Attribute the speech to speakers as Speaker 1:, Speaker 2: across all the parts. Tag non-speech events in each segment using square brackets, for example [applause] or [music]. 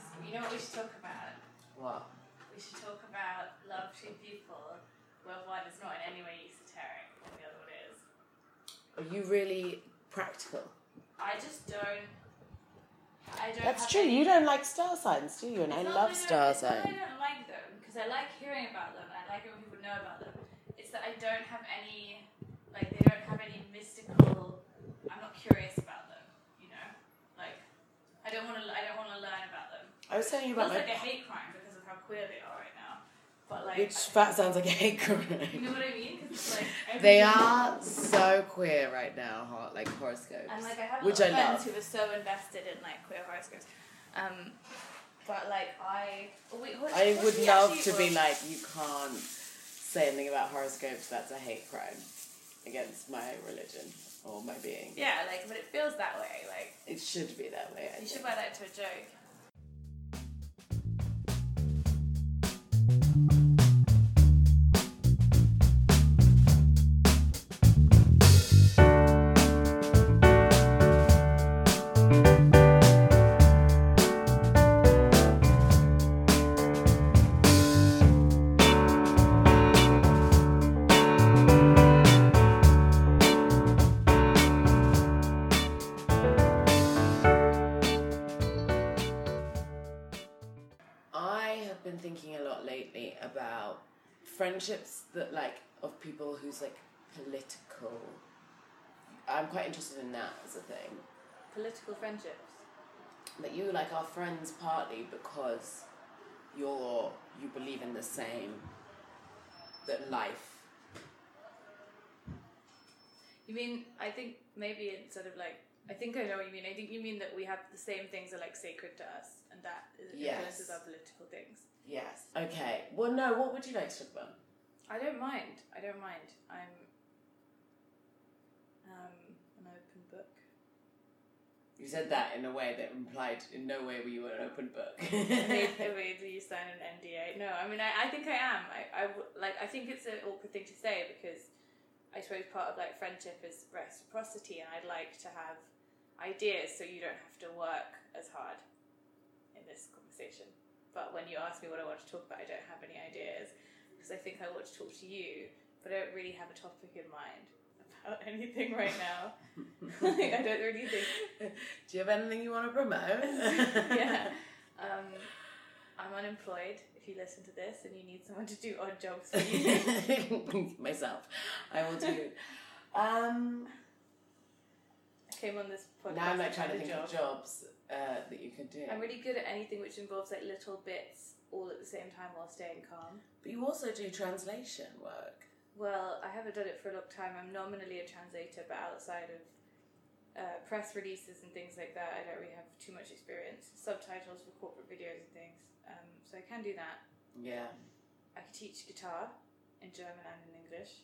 Speaker 1: should talk about.
Speaker 2: What?
Speaker 1: We should talk about love two people, where one is not in any way esoteric and the other one is.
Speaker 3: Are you really practical?
Speaker 1: I just don't. I don't.
Speaker 3: That's
Speaker 1: have
Speaker 3: true.
Speaker 1: any-
Speaker 3: You don't like star signs, do you? And I
Speaker 1: It's not
Speaker 3: love eh?
Speaker 1: that I
Speaker 3: star
Speaker 1: don't- it's not that
Speaker 3: signs.
Speaker 1: I don't like them because I like hearing about them. and I like it when people know about them. It's that I don't have any, like they don't have any mystical. I'm not curious about them. You know, like I don't want to. I don't want to learn about them.
Speaker 3: I was telling you
Speaker 1: It
Speaker 3: about
Speaker 1: feels like
Speaker 3: my.
Speaker 1: a hate crime because of how queer they are right now. But like,
Speaker 3: Which that sounds like a hate
Speaker 1: you
Speaker 3: crime.
Speaker 1: know what I mean? 'Cause it's like
Speaker 3: They
Speaker 1: everything-
Speaker 3: are so queer right now, ho- like horoscopes.
Speaker 1: And like I have a
Speaker 3: which
Speaker 1: lot of
Speaker 3: I
Speaker 1: friends
Speaker 3: love.
Speaker 1: who were so invested in like queer horoscopes. Um, but like I, oh, wait, what,
Speaker 3: I
Speaker 1: what
Speaker 3: would
Speaker 1: she
Speaker 3: love
Speaker 1: actually
Speaker 3: to be
Speaker 1: was-
Speaker 3: like, you can't say anything about horoscopes, that's a hate crime against my religion or my being.
Speaker 1: Yeah, like, but it feels that way. Like
Speaker 3: It should be that way. I
Speaker 1: you
Speaker 3: think.
Speaker 1: should wear that to a joke.
Speaker 3: I have been thinking a lot lately about friendships that like of people who's like political. I'm quite interested in that as a thing.
Speaker 1: Political friendships.
Speaker 3: That you like are friends partly because you're you believe in the same that life
Speaker 1: You mean? I think maybe instead of like, I think I know what you mean. I think you mean that we have the same things that are like sacred to us, and that is-
Speaker 3: Yes.
Speaker 1: influences our political things.
Speaker 3: Yes. Okay. Well, no. What would you like to talk about?
Speaker 1: I don't mind. I don't mind. I'm um, an open book.
Speaker 3: You said that in a way that implied in no way were you an open book. [laughs]
Speaker 1: Wait, do you sign an NDA? No, I mean, I, I think I am. I, I w- like. I think it's an awkward thing to say because I suppose part of like friendship is reciprocity, and I'd like to have ideas so you don't have to work as hard in this conversation. But when you ask me what I want to talk about, I don't have any ideas because I think I want to talk to you, but I don't really have a topic in mind about [laughs] anything right now. like, I don't really think
Speaker 3: Do you have anything you want to [laughs] promote?
Speaker 1: yeah. [laughs] Um, I'm unemployed. If you listen to this and you need someone to do odd jobs for you,
Speaker 3: [laughs] Myself, I will do. Um,
Speaker 1: I came on this podcast.
Speaker 3: now I'm like
Speaker 1: to
Speaker 3: trying to
Speaker 1: find a
Speaker 3: think of jobs uh, that you can do.
Speaker 1: I'm really good at anything which involves like little bits all at the same time while staying calm.
Speaker 3: but you also do translation work.
Speaker 1: Well, I haven't done it for a long time. I'm nominally a translator, but outside of uh, press releases and things like that, I don't really have too much experience. Subtitles for corporate videos and things, um, so I can do that.
Speaker 3: Yeah.
Speaker 1: I can teach guitar in German and in English.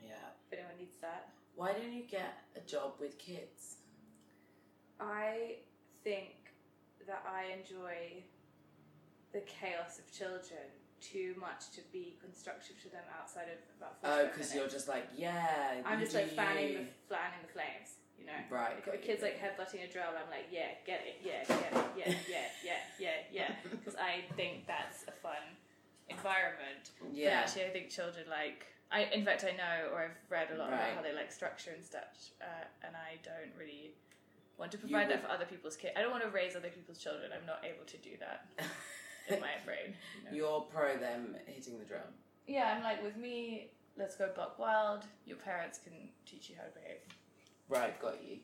Speaker 3: Yeah.
Speaker 1: If anyone needs that.
Speaker 3: Why don't you get a job with kids?
Speaker 1: I think that I enjoy the chaos of children too much to be constructive to them outside of about
Speaker 3: Oh,
Speaker 1: 45
Speaker 3: because you're
Speaker 1: minutes.
Speaker 3: just like yeah.
Speaker 1: I'm
Speaker 3: you
Speaker 1: just like
Speaker 3: do
Speaker 1: fanning the
Speaker 3: you.
Speaker 1: fanning the flames, you know.
Speaker 3: Right.
Speaker 1: If
Speaker 3: got
Speaker 1: a
Speaker 3: you,
Speaker 1: kid's
Speaker 3: got
Speaker 1: like [laughs]
Speaker 3: you.
Speaker 1: headbutting a drum, I'm like, yeah, get it, yeah, get it, yeah, yeah, yeah, yeah, yeah,
Speaker 3: [laughs]
Speaker 1: because I think that's a fun environment. But
Speaker 3: Yeah.
Speaker 1: actually, I think children like. I in fact I know or I've read a lot
Speaker 3: Right.
Speaker 1: about how they like structure and such, uh, and I don't really want to
Speaker 3: You
Speaker 1: provide that
Speaker 3: would-
Speaker 1: for other people's kids. I don't want to raise other people's children. I'm not able to do that in
Speaker 3: [laughs]
Speaker 1: my brain. you know.
Speaker 3: [laughs] You're pro them hitting the drum.
Speaker 1: Yeah, I'm like with me. Let's go buck wild. Your parents can teach you how to behave.
Speaker 3: Right, got you.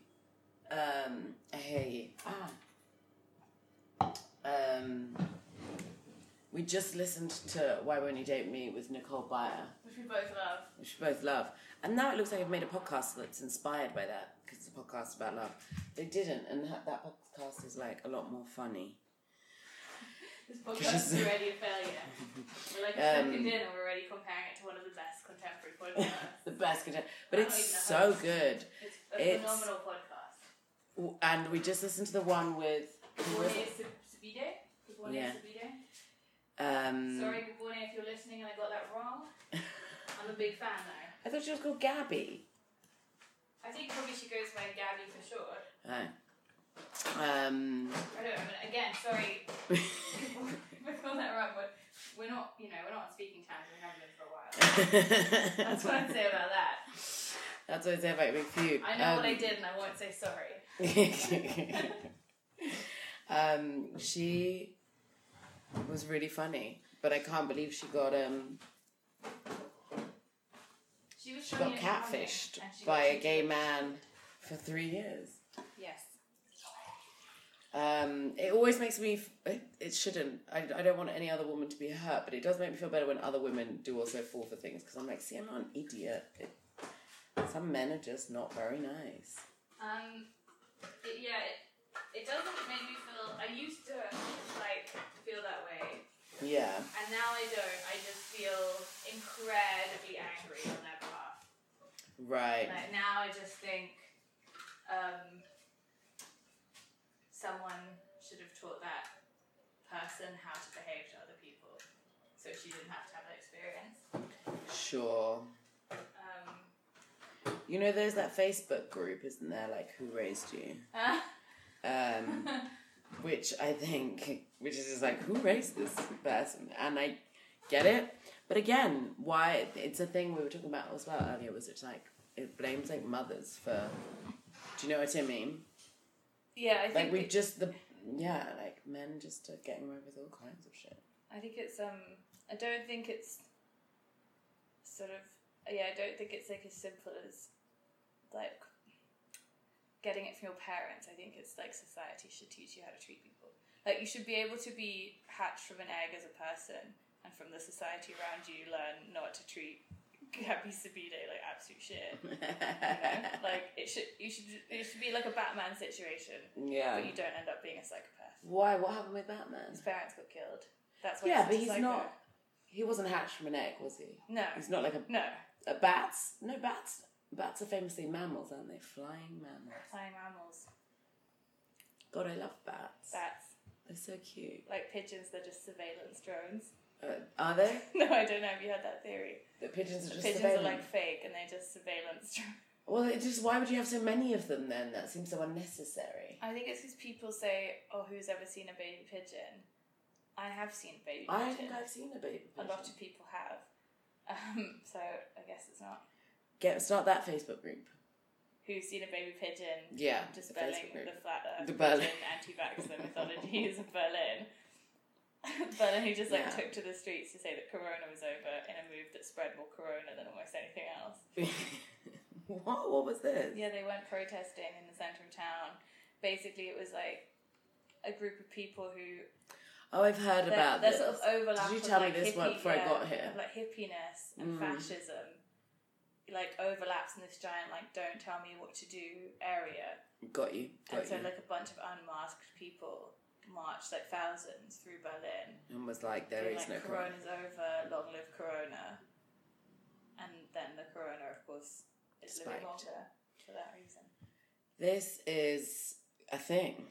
Speaker 3: Um, I hear you. Ah. Um, we just listened to Why Won't You Date Me with Nicole Byer,
Speaker 1: Which we both love.
Speaker 3: which we both love. And now it looks like I've made a podcast that's inspired by that because it's a podcast about love. They didn't, and that, that podcast is like a lot more funny. [laughs]
Speaker 1: This
Speaker 3: podcast is
Speaker 1: already a failure. We're like
Speaker 3: Um, second
Speaker 1: in, and we're already comparing it to one of the best contemporary
Speaker 3: [laughs] the best, content- but
Speaker 1: I'm not
Speaker 3: it's
Speaker 1: even a
Speaker 3: so
Speaker 1: host.
Speaker 3: good.
Speaker 1: It's
Speaker 3: a It's- phenomenal
Speaker 1: podcast.
Speaker 3: W- And we just listened to the one with who was it? Yeah. um,
Speaker 1: Sorry, good morning if you're listening and I got that
Speaker 3: [laughs]
Speaker 1: wrong. I'm a big fan though.
Speaker 3: I thought she was called Gabby.
Speaker 1: I think probably she goes by Gabby for sure.
Speaker 3: Oh. Um, [laughs]
Speaker 1: I don't know. I mean, again, sorry. [laughs]
Speaker 3: [laughs]
Speaker 1: That's
Speaker 3: That's
Speaker 1: what I'd say about that.
Speaker 3: That's what I say about Big Feud.
Speaker 1: I know
Speaker 3: Um,
Speaker 1: what I did and I won't say sorry.
Speaker 3: [laughs] um, she was really funny, but I can't believe she got um
Speaker 1: She was
Speaker 3: she
Speaker 1: funny
Speaker 3: got
Speaker 1: and charming,
Speaker 3: catfished
Speaker 1: and she got
Speaker 3: by a
Speaker 1: cheated.
Speaker 3: gay man for three years.
Speaker 1: Yes.
Speaker 3: Um, it always makes me. f- It, it shouldn't. I, I don't want any other woman to be hurt, but it does make me feel better when other women do also fall for things because I'm like, see, I'm not an idiot. It- some men are just not very nice.
Speaker 1: Um, it, yeah, it, it doesn't make me feel. I used to like feel that way,
Speaker 3: Yeah.
Speaker 1: and now I don't. I just feel incredibly angry on their behalf.
Speaker 3: Right.
Speaker 1: Like now, I just think um, someone should have taught that person how to behave to other people, so she didn't have to have that experience.
Speaker 3: Sure.
Speaker 1: Um, [laughs]
Speaker 3: You know, there's that Facebook group, isn't there? Like, who raised you? Um, which I think, which is just like, who raised this person? And I get it, but again, why? It's a thing we were talking about as well earlier. Was it's like it blames like mothers for? Do you know what I mean?
Speaker 1: yeah, I
Speaker 3: Like
Speaker 1: think
Speaker 3: we just the yeah, like men just are getting away with all kinds of
Speaker 1: [laughs]
Speaker 3: shit.
Speaker 1: I think it's um I don't think it's sort of yeah, I don't think it's like as simple as like getting it from your parents. I think it's like society should teach you how to treat people. Like you should be able to be hatched from an egg as a person and from the society around you learn not to treat Gabby Sabide like absolute shit. You know?
Speaker 3: [laughs]
Speaker 1: like it should you should it should be like a Batman situation,
Speaker 3: yeah.
Speaker 1: but you don't end up being a psychopath.
Speaker 3: Why? What happened with Batman?
Speaker 1: His parents got killed. That's why such
Speaker 3: Yeah, but
Speaker 1: a
Speaker 3: he's
Speaker 1: psycho.
Speaker 3: not. He wasn't hatched from an egg, was he?
Speaker 1: No,
Speaker 3: He's not like a
Speaker 1: no.
Speaker 3: Uh, bats? No, bats. Bats are famously mammals, aren't they? Flying mammals.
Speaker 1: Flying mammals,
Speaker 3: God, I love bats.
Speaker 1: bats,
Speaker 3: They're so cute.
Speaker 1: like pigeons, they're just surveillance drones. [laughs]
Speaker 3: Uh, are they?
Speaker 1: No, I don't know if you had that theory.
Speaker 3: The pigeons are just
Speaker 1: pigeons
Speaker 3: surveilling.
Speaker 1: are like fake and they're just surveillance [laughs] drones.
Speaker 3: Well, it just why would you have so many of them then? That seems so unnecessary.
Speaker 1: I think it's because people say, oh, who's ever seen a baby pigeon? I have seen a baby
Speaker 3: I
Speaker 1: pigeon.
Speaker 3: think I've seen a baby.
Speaker 1: a lot of
Speaker 3: pigeon.
Speaker 1: people have. [laughs] Um, so I guess it's not
Speaker 3: Get start that Facebook group.
Speaker 1: who's seen a baby pigeon
Speaker 3: Yeah, the
Speaker 1: dispelling
Speaker 3: Facebook
Speaker 1: the,
Speaker 3: group.
Speaker 1: flat earth
Speaker 3: The Berlin.
Speaker 1: anti-vaxxer mythologies of Berlin. [laughs] Berlin who just like
Speaker 3: Yeah.
Speaker 1: took to the streets to say that corona was over in a move that spread more corona than almost anything else.
Speaker 3: [laughs] what? What was this?
Speaker 1: Yeah, they went protesting in the centre of town. Basically it was like a group of people who
Speaker 3: Oh, I've heard
Speaker 1: they're,
Speaker 3: about
Speaker 1: they're
Speaker 3: this.
Speaker 1: sort of overlap
Speaker 3: Did you
Speaker 1: of,
Speaker 3: tell me
Speaker 1: like,
Speaker 3: this
Speaker 1: hippie,
Speaker 3: one before I
Speaker 1: yeah,
Speaker 3: got here?
Speaker 1: of, like hippiness and
Speaker 3: Mm.
Speaker 1: fascism like overlaps in this giant like don't tell me what to do area.
Speaker 3: Got you.
Speaker 1: and
Speaker 3: Got
Speaker 1: so
Speaker 3: you.
Speaker 1: like a bunch of unmasked people marched like thousands through Berlin.
Speaker 3: and was like, there
Speaker 1: being
Speaker 3: is
Speaker 1: like
Speaker 3: no corona.
Speaker 1: Corona's over, long live Corona. And then the Corona, of course, is living
Speaker 3: Spiked.
Speaker 1: longer for that reason.
Speaker 3: This is a thing.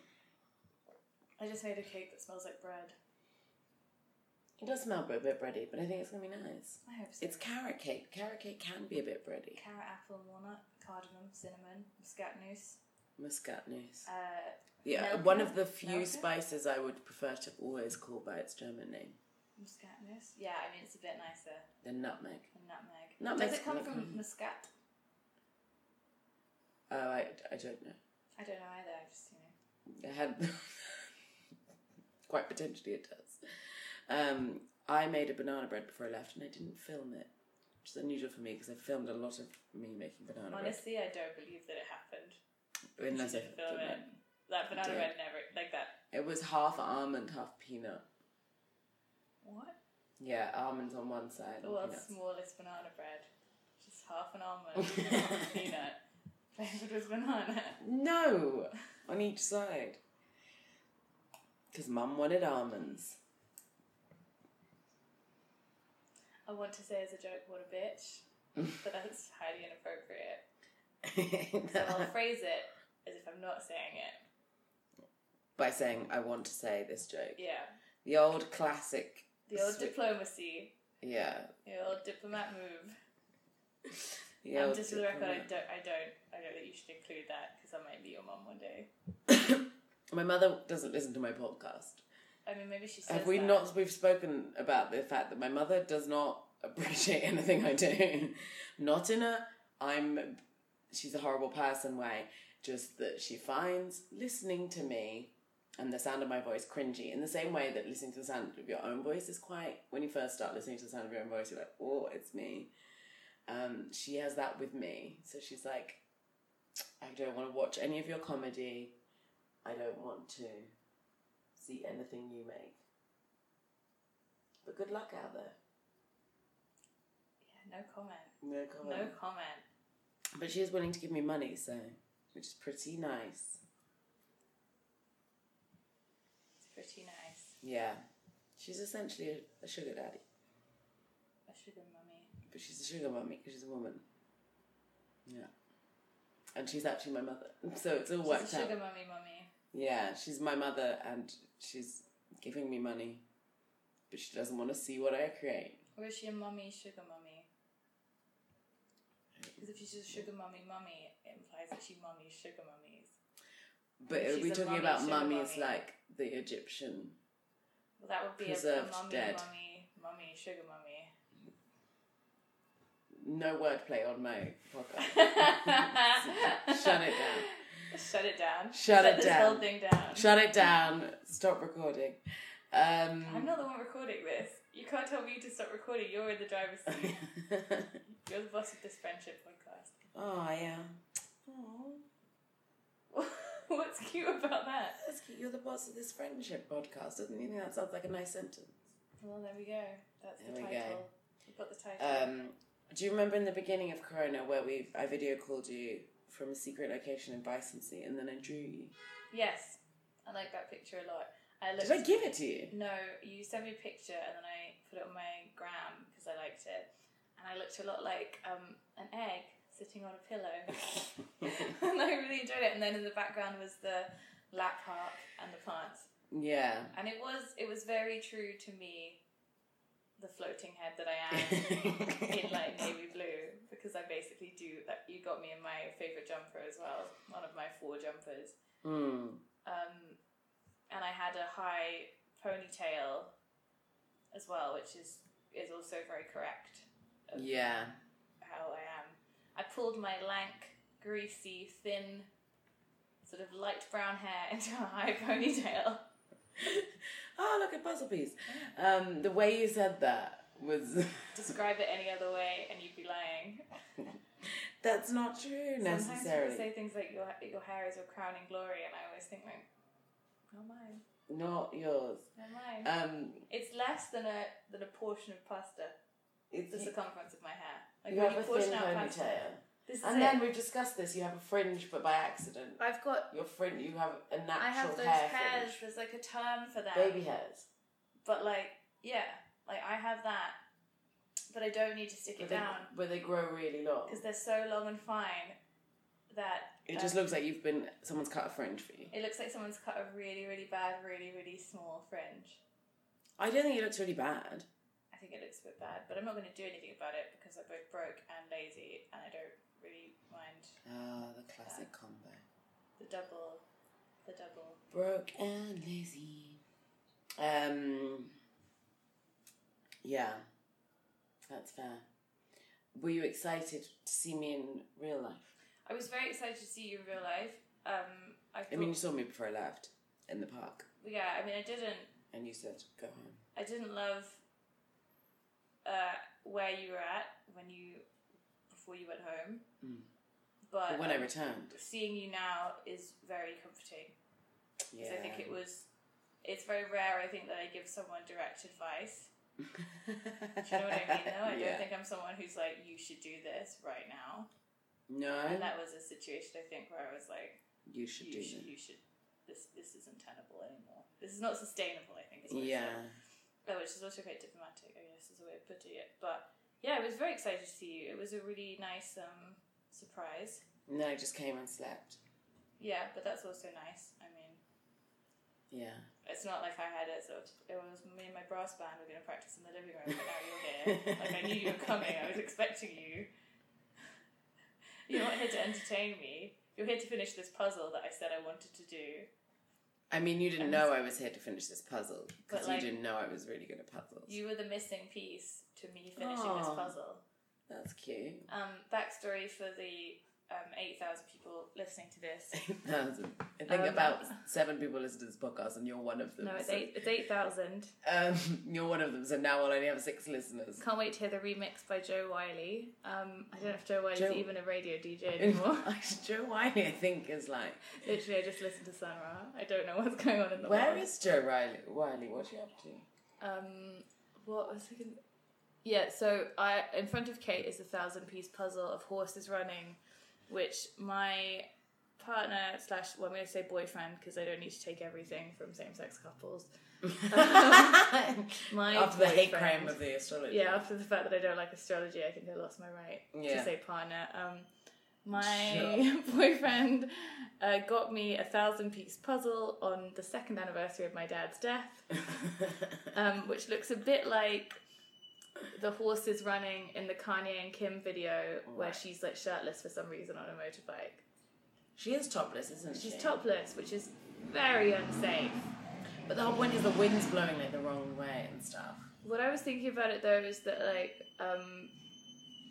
Speaker 1: I just made a cake that smells like bread.
Speaker 3: It does smell a bit bready, but I think it's gonna be nice.
Speaker 1: I hope so.
Speaker 3: It's carrot cake. Carrot cake can be a bit bready.
Speaker 1: carrot, apple, and walnut, cardamom, cinnamon, muscatnuss.
Speaker 3: Muscat news.
Speaker 1: Uh,
Speaker 3: Yeah,
Speaker 1: Nelke?
Speaker 3: one of the few
Speaker 1: Nelke?
Speaker 3: spices I would prefer to always call by its German name.
Speaker 1: muscatnuss. Yeah, I mean it's a bit nicer
Speaker 3: The nutmeg.
Speaker 1: than nutmeg.
Speaker 3: Nutmeg's
Speaker 1: Does it come
Speaker 3: like-
Speaker 1: from muscat?
Speaker 3: Oh, I, I don't know.
Speaker 1: I don't know either. I just you know.
Speaker 3: I had [laughs] quite potentially it does. Um, I made a banana bread before I left, and I didn't film it, which is unusual for me because I filmed a lot of me making banana
Speaker 1: Honestly, I don't believe that it happened.
Speaker 3: bread. Unless I
Speaker 1: didn't film
Speaker 3: filmed
Speaker 1: it.
Speaker 3: it.
Speaker 1: That banana
Speaker 3: Did.
Speaker 1: bread never like that.
Speaker 3: It was half almond, half peanut.
Speaker 1: What?
Speaker 3: Yeah, almonds on one side.
Speaker 1: The
Speaker 3: and
Speaker 1: world's
Speaker 3: peanuts.
Speaker 1: smallest banana bread. Just half an
Speaker 3: [laughs]
Speaker 1: almond, half a peanut, flavored with banana.
Speaker 3: No, on each side. Because mum wanted almonds. [laughs]
Speaker 1: I want to say as a joke, what a
Speaker 3: [laughs]
Speaker 1: bitch, but that's highly inappropriate. So I'll phrase it as if I'm not saying it.
Speaker 3: By saying, I want to say this joke.
Speaker 1: Yeah.
Speaker 3: The old classic,
Speaker 1: The old
Speaker 3: Sweet.
Speaker 1: diplomacy,
Speaker 3: yeah.
Speaker 1: the old diplomat move.
Speaker 3: The
Speaker 1: um,
Speaker 3: old
Speaker 1: just for the record, I
Speaker 3: diplomat.
Speaker 1: don't, I don't, I don't think you should include that because I might be your mum one day.
Speaker 3: My mother doesn't listen to my podcast.
Speaker 1: I mean, maybe she says
Speaker 3: Have we
Speaker 1: that.
Speaker 3: not? We've spoken about the fact that my mother does not appreciate [laughs] anything I do. Not in a I'm she's a horrible person way, just that she finds listening to me and the sound of my voice cringy in the same way that listening to the sound of your own voice is quite when you first start listening to the sound of your own voice you're like oh it's me um, she has that with me so she's like i don't want to watch any of your comedy i don't want to see anything you make but good luck out there
Speaker 1: Yeah, no comment.
Speaker 3: no comment
Speaker 1: No comment.
Speaker 3: but she is willing to give me money so which is pretty nice
Speaker 1: It's pretty nice.
Speaker 3: yeah she's essentially a, a sugar daddy
Speaker 1: A sugar mummy.
Speaker 3: But she's a sugar mummy because she's a woman. Yeah. And she's actually my mother. [laughs] So it's all worked
Speaker 1: She's a
Speaker 3: out.
Speaker 1: sugar mummy mummy.
Speaker 3: Yeah, she's my mother and she's giving me money. But she doesn't want to see what I create.
Speaker 1: Or is she a mummy sugar mummy? Because if she's a sugar mummy mummy, it implies that she mummies sugar mummies.
Speaker 3: But
Speaker 1: She's
Speaker 3: are we
Speaker 1: a
Speaker 3: talking
Speaker 1: mummy,
Speaker 3: about
Speaker 1: sugar
Speaker 3: mummies
Speaker 1: mummy.
Speaker 3: like the Egyptian?
Speaker 1: Well, that would be a, a
Speaker 3: Preserved
Speaker 1: mummy
Speaker 3: dead.
Speaker 1: mummy mummy sugar mummy.
Speaker 3: No wordplay on my
Speaker 1: [laughs]
Speaker 3: podcast. [laughs] Shut it down.
Speaker 1: down. Shut it down.
Speaker 3: Shut it
Speaker 1: this
Speaker 3: down.
Speaker 1: whole thing down.
Speaker 3: Shut it down. Stop recording. Um,
Speaker 1: I'm not the one recording this. You can't tell me to stop recording. You're in the driver's seat. You're the boss of this friendship podcast.
Speaker 3: [laughs]
Speaker 1: [laughs]
Speaker 3: oh, yeah. Aww.
Speaker 1: What's cute about that?
Speaker 3: That's cute. You're the boss of this friendship podcast. Doesn't you think that sounds like a nice sentence?
Speaker 1: Well, there we go. That's the
Speaker 3: There we go.
Speaker 1: title. We've got the title.
Speaker 3: Um, do you remember in the beginning of Corona where we I video called you from a secret location in Bicency and then I drew you?
Speaker 1: yes, I like that picture a lot. I looked
Speaker 3: Did I give it to
Speaker 1: [laughs]
Speaker 3: you?
Speaker 1: No, you sent me a picture and then I put it on my gram because I liked it. And I looked a lot like um, an egg sitting on a pillow.
Speaker 3: [laughs]
Speaker 1: [laughs] and I really enjoyed it. And then in the background was the lap harp and the plants.
Speaker 3: yeah.
Speaker 1: And it was it was very true to me, the floating head that I am
Speaker 3: [laughs]
Speaker 1: in like navy blue because I basically do that. You got me in my favorite jumper as well, one of my four jumpers
Speaker 3: Hmm.
Speaker 1: um, and I had a high ponytail as well, which is is also very correct of
Speaker 3: Yeah.
Speaker 1: how I am. I pulled my lank, greasy, thin, sort of light brown hair [laughs] into a high ponytail.
Speaker 3: Oh, look at puzzle piece. Um, the way you said that was [laughs]
Speaker 1: Describe it any other way, and you'd be lying.
Speaker 3: that's not true
Speaker 1: Sometimes people
Speaker 3: necessarily.
Speaker 1: say things like your your hair is your crowning glory, and I always think like, not mine,
Speaker 3: Not yours.
Speaker 1: not mine.
Speaker 3: Um,
Speaker 1: it's less than a than a portion of pasta. the
Speaker 3: it's
Speaker 1: circumference of my hair. Like
Speaker 3: you
Speaker 1: when
Speaker 3: have a
Speaker 1: portion
Speaker 3: thin
Speaker 1: out pasta,
Speaker 3: ponytail.
Speaker 1: This is
Speaker 3: And
Speaker 1: it.
Speaker 3: then we've discussed this. You have a fringe, but by accident.
Speaker 1: I've got.
Speaker 3: Your fringe. You have a natural
Speaker 1: I have those
Speaker 3: hair
Speaker 1: hairs.
Speaker 3: fringe.
Speaker 1: There's like a term for that.
Speaker 3: Baby hairs.
Speaker 1: But like, yeah, like I have that, but I don't need to stick
Speaker 3: But
Speaker 1: it
Speaker 3: they,
Speaker 1: down
Speaker 3: but they grow really long.
Speaker 1: because they're so long and fine that
Speaker 3: It just
Speaker 1: um,
Speaker 3: looks like you've been someone's cut a fringe for you.
Speaker 1: it looks like someone's cut a really, really bad, really, really small fringe.
Speaker 3: I don't think it looks really bad.
Speaker 1: I think it looks a bit bad, but I'm not going to do anything about it because I'm both broke and lazy, and I don't really mind
Speaker 3: Ah, the classic combo.
Speaker 1: the double, the double.
Speaker 3: Broke and lazy. Um. Yeah, that's fair. Were you excited to see me in real life?
Speaker 1: I was very excited to see you in real life. Um, I,
Speaker 3: I mean, you
Speaker 1: thought-
Speaker 3: saw me before I left in the park,
Speaker 1: yeah, I mean, I didn't,
Speaker 3: and you said go home.
Speaker 1: I didn't love uh, where you were at when you before you went home,
Speaker 3: Mm.
Speaker 1: but, um,
Speaker 3: But when I returned,
Speaker 1: seeing you now is very comforting
Speaker 3: yeah,
Speaker 1: because I
Speaker 3: [laughs]
Speaker 1: think it was. It's very rare, I think, that I give someone direct advice.
Speaker 3: Do
Speaker 1: Do you know what I mean?
Speaker 3: [laughs]
Speaker 1: Though I
Speaker 3: yeah.
Speaker 1: don't think I'm someone who's like, "You should do this right now."
Speaker 3: No,
Speaker 1: And that was a situation I think where I was like,
Speaker 3: you should
Speaker 1: you
Speaker 3: do
Speaker 1: should,
Speaker 3: that.
Speaker 1: you should this this isn't tenable anymore. This is not sustainable, I think. Is what it
Speaker 3: Yeah,
Speaker 1: said. Oh, which is also quite diplomatic, I guess, is a way of putting it. But yeah, I was very excited to see you. It was a really nice um, surprise.
Speaker 3: and then I just came and slept.
Speaker 1: Yeah, but that's also nice. I mean,
Speaker 3: Yeah.
Speaker 1: it's not like I had it. So it was me and my brass band were going to practice in the living room, but now you're
Speaker 3: [laughs]
Speaker 1: here. like I knew you were coming. I was expecting you. [laughs] You're not here to entertain me. You're here to finish this puzzle that I said I wanted to do.
Speaker 3: I mean, you
Speaker 1: And-
Speaker 3: didn't know I was here to finish this puzzle because
Speaker 1: like-
Speaker 3: you didn't know I was really good at puzzles.
Speaker 1: You were the missing piece to me finishing this
Speaker 3: Aw.
Speaker 1: puzzle.
Speaker 3: That's cute. [laughs]
Speaker 1: Um, backstory for the um, 8,000 people listening to this.
Speaker 3: Eight thousand. I think
Speaker 1: Um,
Speaker 3: about
Speaker 1: [laughs]
Speaker 3: seven people listen to this podcast, and you're one of them.
Speaker 1: No, it's
Speaker 3: so-
Speaker 1: eight. It's 8,000.
Speaker 3: Um, [laughs] you're one of them, so now we'll only have six listeners.
Speaker 1: Can't wait to hear the remix by Joe Wiley. Um, I don't know if Joe Wiley's
Speaker 3: Joe-
Speaker 1: even a radio
Speaker 3: [laughs]
Speaker 1: DJ
Speaker 3: In
Speaker 1: anymore.
Speaker 3: fact, Joe Wiley, I think, is like,
Speaker 1: Literally, I just listened to Sanra. I don't know what's going on in the
Speaker 3: where
Speaker 1: world.
Speaker 3: is Joe Riley? Wiley, what's she up to? [laughs]
Speaker 1: Um, what was I going Yeah, so I in front of Kate is a thousand piece puzzle of horses running, which my partner slash well, I'm going to say boyfriend because I don't need to take everything from same sex couples. My
Speaker 3: After the hate
Speaker 1: boyfriend-
Speaker 3: crime of the astrology.
Speaker 1: yeah, after the fact that I don't like astrology, I think I lost my right
Speaker 3: Yeah.
Speaker 1: to say partner. Um, my [laughs] boyfriend uh, got me a thousand piece puzzle on the second anniversary of my dad's death, um, which looks a bit like the horses running in the Kanye and Kim video where
Speaker 3: Right.
Speaker 1: she's like shirtless for some reason on a motorbike.
Speaker 3: [laughs] she is topless, isn't she?
Speaker 1: She's topless, which is very unsafe.
Speaker 3: But the whole point is the wind's blowing like the wrong way and stuff.
Speaker 1: What I was thinking about it though is that like um,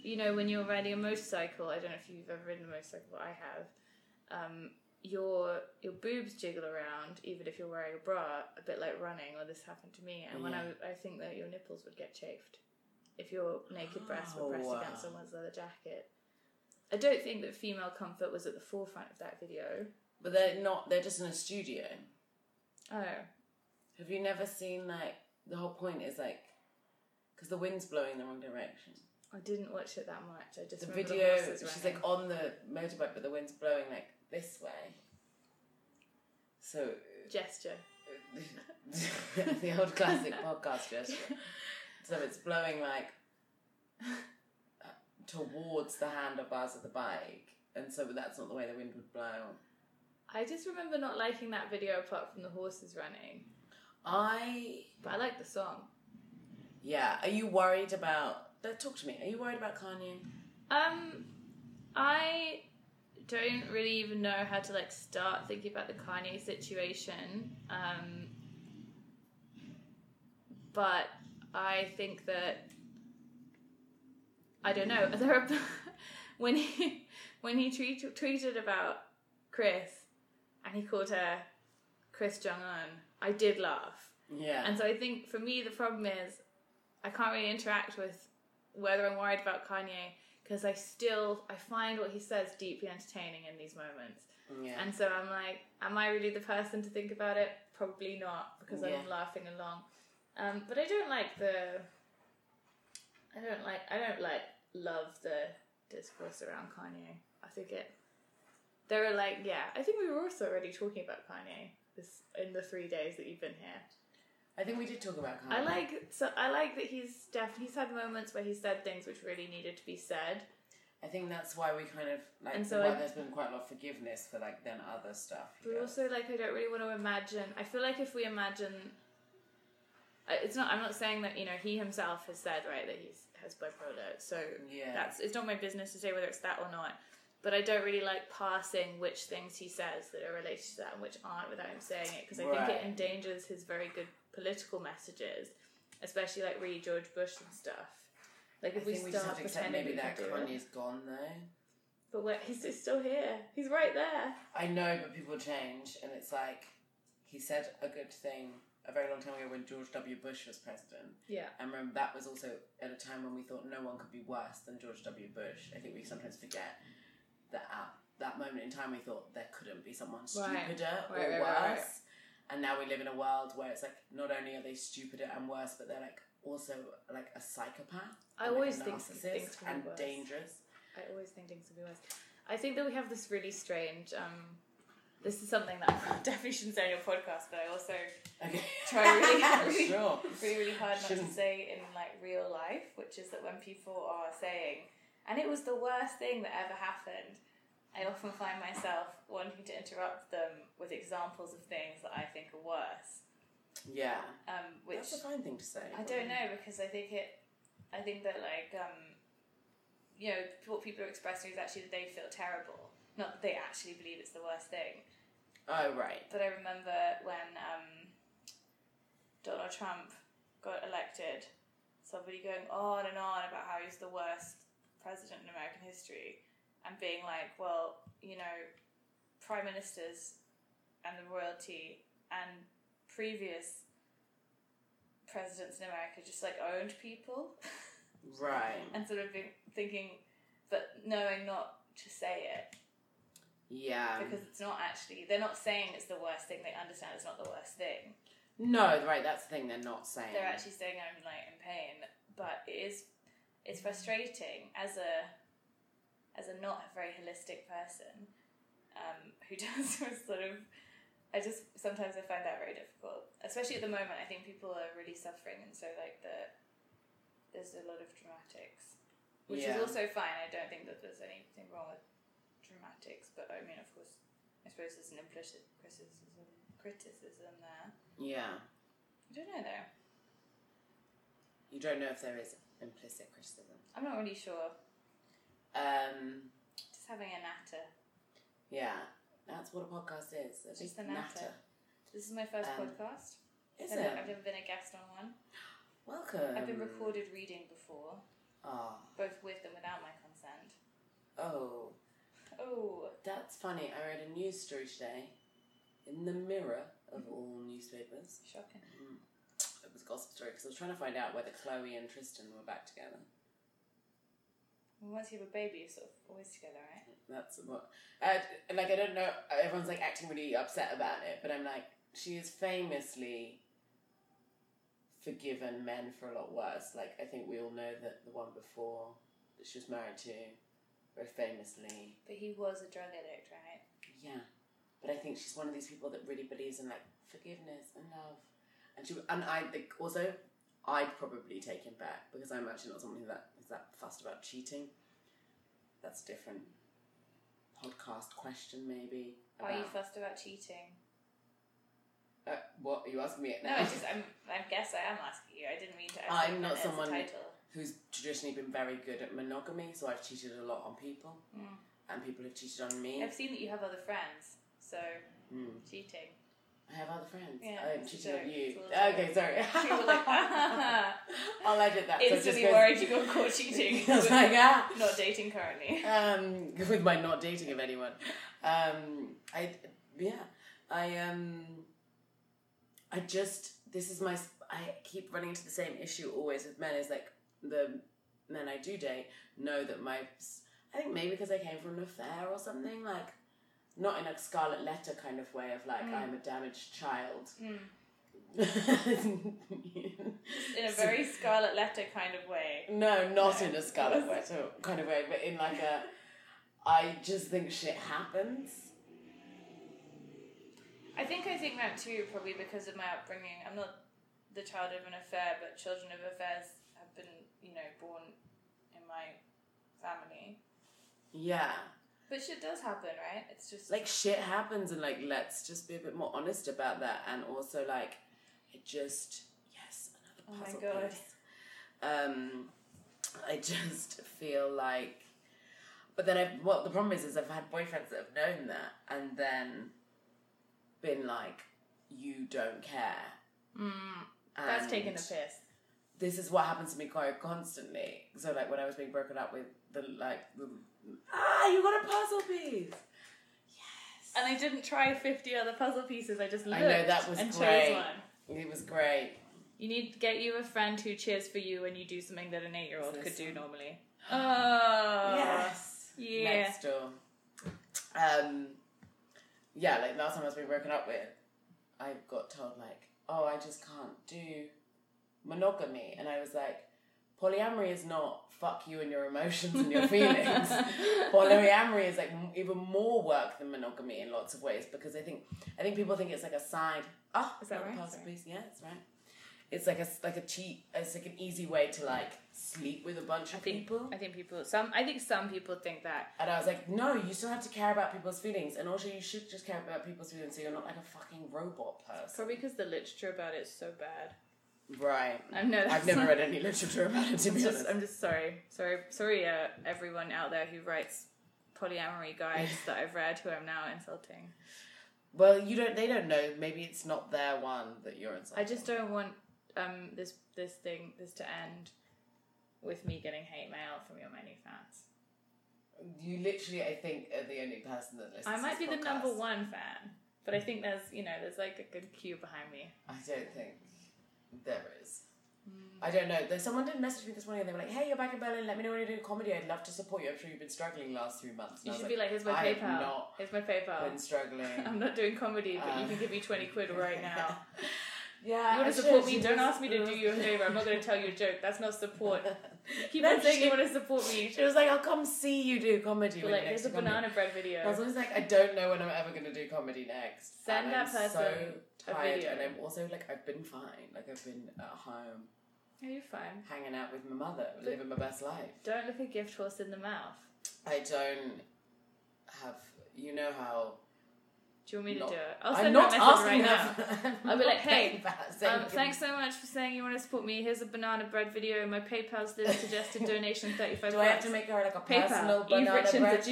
Speaker 1: you know when you're riding a motorcycle, I don't know if you've ever ridden a motorcycle, but I have. Um, your your boobs jiggle around even if you're wearing a bra, a bit like running. Or this happened to me, and when I, I think that your nipples would get chafed if your naked breasts were pressed
Speaker 3: Oh.
Speaker 1: against someone's leather jacket. I don't think that female comfort was at the forefront of that video.
Speaker 3: But they're not, they're just in a studio.
Speaker 1: Oh,
Speaker 3: Have you never seen, like, the whole point is like, because the wind's blowing the wrong direction.
Speaker 1: I didn't watch it that much. I just
Speaker 3: The
Speaker 1: remember the
Speaker 3: video,
Speaker 1: horses
Speaker 3: she's
Speaker 1: running.
Speaker 3: like on the motorbike, but the wind's blowing like this way. So
Speaker 1: gesture.
Speaker 3: [laughs] the old classic podcast gesture. So it's blowing like uh, towards the handlebars of the bike, and so that's not the way the wind would blow.
Speaker 1: I just remember not liking that video apart from the horses running,
Speaker 3: I
Speaker 1: but I like the song.
Speaker 3: yeah. Are you worried about? Don't talk to me. Are you worried about Kanye?
Speaker 1: Um, I don't really even know how to like start thinking about the Kanye situation. Um, but I think that I don't know. [laughs] There are, when he when he tweet, tweeted about Chris and he called her Chris Jong Un, I did laugh.
Speaker 3: Yeah.
Speaker 1: And so I think for me, the problem is I can't really interact with whether I'm worried about Kanye because I still I find what he says deeply entertaining in these moments.
Speaker 3: yeah.
Speaker 1: And so I'm like, am I really the person to think about it? Probably not because
Speaker 3: Yeah.
Speaker 1: I'm laughing along. Um, but I don't like the I don't like I don't like love the discourse around Kanye. I think it there were like yeah, I think we were also already talking about Kanye this in the three days that you've been here.
Speaker 3: I think we did talk about Kanye.
Speaker 1: I like so I like that he's definitely he's had moments where he said things which really needed to be said.
Speaker 3: I think that's why we kind of like.
Speaker 1: And so
Speaker 3: why
Speaker 1: I-
Speaker 3: there's been quite a lot of forgiveness for like then other stuff. he
Speaker 1: But
Speaker 3: does.
Speaker 1: also like I don't really want to imagine. I feel like if we imagine I- it's not I'm not saying that, you know, he himself has said right that he's has bipolar. So
Speaker 3: yeah.
Speaker 1: that's it's not my business to say whether it's that or not. But I don't really like passing which things he says that are related to that and which aren't without him saying it because I think
Speaker 3: Right.
Speaker 1: it endangers his very good political messages, especially like read George Bush and stuff. Like
Speaker 3: I
Speaker 1: if we
Speaker 3: think we just have
Speaker 1: start
Speaker 3: to accept
Speaker 1: pretending
Speaker 3: maybe
Speaker 1: we can
Speaker 3: that
Speaker 1: do it.
Speaker 3: Kanye's gone though.
Speaker 1: But where, he's just still here. He's right there.
Speaker 3: I know, but people change, and it's like he said a good thing a very long time ago when George W. Bush was president.
Speaker 1: Yeah.
Speaker 3: I remember that was also at a time when we thought no one could be worse than George W. Bush. I think we sometimes forget that at that moment in time we thought there couldn't be someone stupider
Speaker 1: Right.
Speaker 3: or
Speaker 1: Right, right,
Speaker 3: worse.
Speaker 1: right, right.
Speaker 3: And now we live in a world where it's like not only are they stupider and worse, but they're like also like a psychopath.
Speaker 1: I
Speaker 3: and, like,
Speaker 1: always
Speaker 3: a
Speaker 1: think things
Speaker 3: narcissist
Speaker 1: could be
Speaker 3: and
Speaker 1: worse.
Speaker 3: dangerous.
Speaker 1: I always think things would be worse. I think that we have this really strange. Um, this is something that [laughs] I definitely shouldn't say on your podcast, but I also
Speaker 3: Okay.
Speaker 1: Try
Speaker 3: [laughs]
Speaker 1: really-
Speaker 3: sure.
Speaker 1: really, really hard not to
Speaker 3: Shouldn't.
Speaker 1: say in like real life, which is that when people are saying, and it was the worst thing that ever happened, I often find myself wanting to interrupt them with examples of things that I think are worse.
Speaker 3: Yeah.
Speaker 1: Um, which
Speaker 3: That's a fine thing to say.
Speaker 1: I don't know because I think it. I think that like um, you know what people are expressing is actually that they feel terrible, not that they actually believe it's the worst thing.
Speaker 3: Oh right.
Speaker 1: But I remember when um, Donald Trump got elected, somebody going on and on about how he's the worst president in American history, and being like, well, you know, prime ministers and the royalty and previous presidents in America just like owned people,
Speaker 3: Right.
Speaker 1: and sort of being, thinking, but knowing not to say it
Speaker 3: Yeah.
Speaker 1: because it's not actually they're not saying it's the worst thing they understand it's not the worst thing
Speaker 3: no, right, that's the thing they're not saying.
Speaker 1: they're actually saying i'm like in pain but it is it's frustrating as a as a not very holistic person um, who [laughs] does sort of i just sometimes i find that very difficult especially at the moment i think people are really suffering and so like the there's a lot of dramatics which
Speaker 3: Yeah.
Speaker 1: is also fine i don't think that there's anything wrong with dramatics but i mean of course i suppose there's an implicit criticism criticism there
Speaker 3: yeah.
Speaker 1: i don't know though
Speaker 3: You don't know if there is implicit criticism.
Speaker 1: i'm not really sure
Speaker 3: Um
Speaker 1: Just having a natter.
Speaker 3: yeah. That's what a podcast is. It's
Speaker 1: Just a natter. This is my first
Speaker 3: Um,
Speaker 1: podcast.
Speaker 3: Is
Speaker 1: I've,
Speaker 3: it? Um,
Speaker 1: I've never been a guest on one.
Speaker 3: Welcome.
Speaker 1: I've been recorded reading before,
Speaker 3: Oh.
Speaker 1: both with and without my consent.
Speaker 3: Oh.
Speaker 1: Oh,
Speaker 3: That's funny. I read a news story today in the mirror of all newspapers.
Speaker 1: shocking.
Speaker 3: It was a gossip story because I was trying to find out whether Chloe and Tristan were back together.
Speaker 1: Well, once you have a baby, you're sort of always together, right?
Speaker 3: That's what. Uh, like, I don't know. Everyone's like acting really upset about it, but I'm like, she is famously forgiven men for a lot worse. Like, I think we all know that the one before that she was married to, very famously.
Speaker 1: But he was a drug addict, right?
Speaker 3: Yeah, but I think she's one of these people that really believes in like forgiveness and love, and she and I think also I'd probably take him back because I'm actually not someone who that is that fussed about cheating. That's a different podcast question, maybe.
Speaker 1: Are you
Speaker 3: about-
Speaker 1: fussed about
Speaker 3: [laughs]
Speaker 1: cheating?
Speaker 3: uh, what are you asking me? it
Speaker 1: No,
Speaker 3: now?
Speaker 1: I just I'm I guess I am asking you. I didn't mean to. I
Speaker 3: I'm
Speaker 1: said
Speaker 3: not
Speaker 1: that as a
Speaker 3: someone-
Speaker 1: Title.
Speaker 3: [laughs] who's traditionally been very good at monogamy, so I've cheated a lot on people,
Speaker 1: Mm.
Speaker 3: and people have cheated on me.
Speaker 1: I've seen that you have other friends, so
Speaker 3: Mm.
Speaker 1: cheating.
Speaker 3: [laughs]
Speaker 1: [laughs]
Speaker 3: I have other friends.
Speaker 1: Yeah,
Speaker 3: I haven't
Speaker 1: it's a
Speaker 3: cheated on
Speaker 1: joke.
Speaker 3: you.
Speaker 1: It's a little
Speaker 3: Okay, sorry.
Speaker 1: She was like, [laughs]
Speaker 3: [laughs] I'll edit that. so it just
Speaker 1: instantly
Speaker 3: goes-
Speaker 1: worried you got caught
Speaker 3: [laughs]
Speaker 1: cheating.
Speaker 3: I was like, ah.
Speaker 1: not dating currently.
Speaker 3: Um, [laughs] with my not dating of anyone. Um, I, yeah, I, um, I just, this is my, s- I keep running into the same issue always with men is like the men I do date know that my, s- I think maybe because I came from an affair or something, like, not in a scarlet letter kind of way of like,
Speaker 1: Mm.
Speaker 3: I'm a damaged child.
Speaker 1: Mm. In Mm.
Speaker 3: [laughs] in
Speaker 1: a very Scarlet Letter kind of way.
Speaker 3: No, not
Speaker 1: No.
Speaker 3: in a [laughs] Scarlet Letter kind of way, but in like a. I just think shit happens.
Speaker 1: I think I think that too, probably because of my upbringing. I'm not the child of an affair, but children of affairs have been, you know, born in my family.
Speaker 3: Yeah.
Speaker 1: But shit does happen, right? It's just
Speaker 3: Like shit happens, and like let's just be a bit more honest about that. And also, like, I just. Yes,
Speaker 1: Oh
Speaker 3: another
Speaker 1: my
Speaker 3: puzzle
Speaker 1: God.
Speaker 3: piece. Um, I just feel like. But then I've. What the problem is, is I've had boyfriends that have known that and then been like, you don't care. Mm, And
Speaker 1: that's taking a piss.
Speaker 3: this is what happens to me quite constantly. So like when I was being broken up with the like the, ah, you got a puzzle piece.
Speaker 1: And I didn't try fifty other puzzle pieces. I just
Speaker 3: I
Speaker 1: looked
Speaker 3: know, that was
Speaker 1: and
Speaker 3: great.
Speaker 1: chose one.
Speaker 3: It was great.
Speaker 1: You need to get you a friend who cheers for you when you do something that an eight-year-old
Speaker 3: Is
Speaker 1: could
Speaker 3: this
Speaker 1: do normally. Oh yeah.
Speaker 3: Next door. Um, yeah, like last time I was being broken up with, I got told like, oh, I just can't do monogamy, and I was like, polyamory is not fuck you and your emotions and
Speaker 1: [laughs]
Speaker 3: your feelings. polyamory is like m- even more work than monogamy in lots of ways because I think I think people think it's like a side. Oh,
Speaker 1: Is that
Speaker 3: not a
Speaker 1: right?
Speaker 3: puzzle
Speaker 1: Sorry.
Speaker 3: piece. Yeah, it's right. It's like a s- like a cheat. It's like an easy way to like sleep with a bunch of
Speaker 1: think-
Speaker 3: people.
Speaker 1: I think people some I think some people think that.
Speaker 3: And I was like, no, you still have to care about people's feelings, and also you should just care about people's feelings so you're not like a fucking robot person.
Speaker 1: Probably because the literature about it is so bad.
Speaker 3: Right.
Speaker 1: I know that's
Speaker 3: [laughs] I've never read any literature about it to
Speaker 1: I'm
Speaker 3: be
Speaker 1: just,
Speaker 3: honest.
Speaker 1: I'm just sorry. Sorry sorry uh, everyone out there who writes polyamory guides that I've read who I'm now insulting.
Speaker 3: Well, you don't. They don't know. Maybe it's not their one that you're inside.
Speaker 1: I just don't want um, this this thing this to end with me getting hate mail from your many fans.
Speaker 3: You literally, I think, are the only person that listens.
Speaker 1: I might
Speaker 3: to
Speaker 1: be
Speaker 3: this
Speaker 1: the number
Speaker 3: podcast.
Speaker 1: one fan, but I think there's you know there's like a good queue behind me.
Speaker 3: I don't think there is. I don't know. There's someone did message me this morning and they were like, "Hey, you're back in Berlin. Let me know when you do comedy. I'd love to support you. I'm sure you've been struggling the last three months." And
Speaker 1: You
Speaker 3: I was
Speaker 1: should "Oh." be like, here's my
Speaker 3: I have
Speaker 1: PayPal.
Speaker 3: not
Speaker 1: Here's my PayPal.
Speaker 3: been struggling.
Speaker 1: [laughs] I'm not doing comedy, but you
Speaker 3: Uh,
Speaker 1: can give me 20 quid right
Speaker 3: [laughs]
Speaker 1: now.
Speaker 3: yeah,
Speaker 1: You want
Speaker 3: I
Speaker 1: to support
Speaker 3: should.
Speaker 1: me?
Speaker 3: She
Speaker 1: Don't
Speaker 3: was-
Speaker 1: ask me to do you a favor. I'm not going to tell you a joke. That's not [laughs] support. Keep on saying you want to support [laughs] me.
Speaker 3: [laughs] She was like, "I'll come see you do comedy." when
Speaker 1: Like,
Speaker 3: you next
Speaker 1: here's a
Speaker 3: do comedy."
Speaker 1: banana bread
Speaker 3: I was
Speaker 1: video.
Speaker 3: always like, I don't know when I'm ever going to do comedy next.
Speaker 1: Send
Speaker 3: And
Speaker 1: that
Speaker 3: I'm
Speaker 1: person
Speaker 3: so
Speaker 1: a
Speaker 3: tired,
Speaker 1: video.
Speaker 3: and I'm also like, I've been fine. Like I've been at home,
Speaker 1: Are you fine?
Speaker 3: hanging out with my mother, living my best life.
Speaker 1: Don't look a gift horse in the mouth.
Speaker 3: I don't have, you know how.
Speaker 1: Do you want me
Speaker 3: Not-
Speaker 1: to do it? I'll
Speaker 3: I'm
Speaker 1: send
Speaker 3: not
Speaker 1: that message right
Speaker 3: asking
Speaker 1: now.
Speaker 3: her.
Speaker 1: I'll
Speaker 3: [laughs]
Speaker 1: be like, hey,
Speaker 3: Not saying that, saying
Speaker 1: Um,
Speaker 3: give-
Speaker 1: thanks so much for saying you want to support me. Here's a banana bread video. My PayPal's [laughs] this suggested donation 35
Speaker 3: Do I have
Speaker 1: bucks.
Speaker 3: to make her like a
Speaker 1: PayPal,
Speaker 3: personal
Speaker 1: Eve
Speaker 3: banana
Speaker 1: Richards
Speaker 3: bread?
Speaker 1: at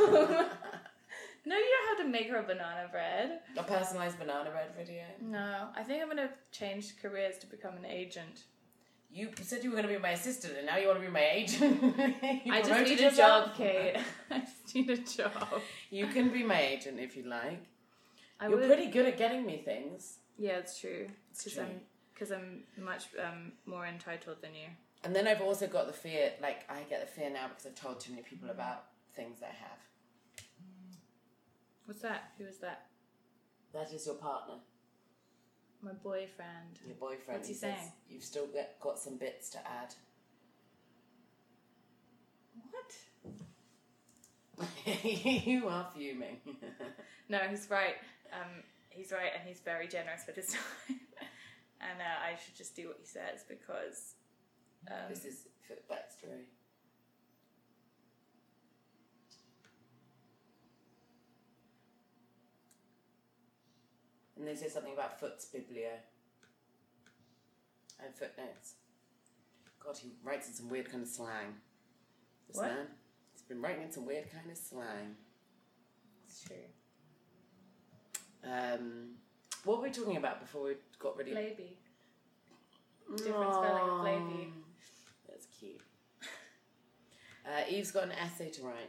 Speaker 1: gmail.com. [laughs] No, you don't have to make her a banana bread.
Speaker 3: a personalized banana bread video.
Speaker 1: No, I think I'm going to change careers to become an agent.
Speaker 3: You said you were going to be my assistant, and now you want to be my agent. [laughs] You
Speaker 1: I just
Speaker 3: promoted
Speaker 1: need a
Speaker 3: yourself.
Speaker 1: job, Kate. [laughs] I just need a job.
Speaker 3: You can be my agent if you like.
Speaker 1: I
Speaker 3: You're
Speaker 1: would.
Speaker 3: pretty good at getting me things.
Speaker 1: Yeah, it's true. Because
Speaker 3: true.
Speaker 1: I'm because I'm much um, more entitled than you.
Speaker 3: And then I've also got the fear, like, I get the fear now because I've told too many people about things I have.
Speaker 1: What's that? Who is that?
Speaker 3: That is your partner,
Speaker 1: My boyfriend.
Speaker 3: your boyfriend.
Speaker 1: What's he
Speaker 3: says
Speaker 1: saying?
Speaker 3: You've still got, got some bits to add.
Speaker 1: What?
Speaker 3: [laughs] you are fuming.
Speaker 1: No, he's right. Um, he's right, and he's very generous with his [laughs] time. and uh, I should just do what he says because. Um,
Speaker 3: this is for backstory. And they say something about Foot's Biblio and footnotes. God, he writes in some weird kind of slang. This
Speaker 1: What?
Speaker 3: man. He's been writing in some weird kind of slang.
Speaker 1: it's true.
Speaker 3: Um, what were we talking about before we got rid of
Speaker 1: Baby. Different spelling of flavy.
Speaker 3: Aw, That's cute. [laughs] Uh, Eve's got an essay to write.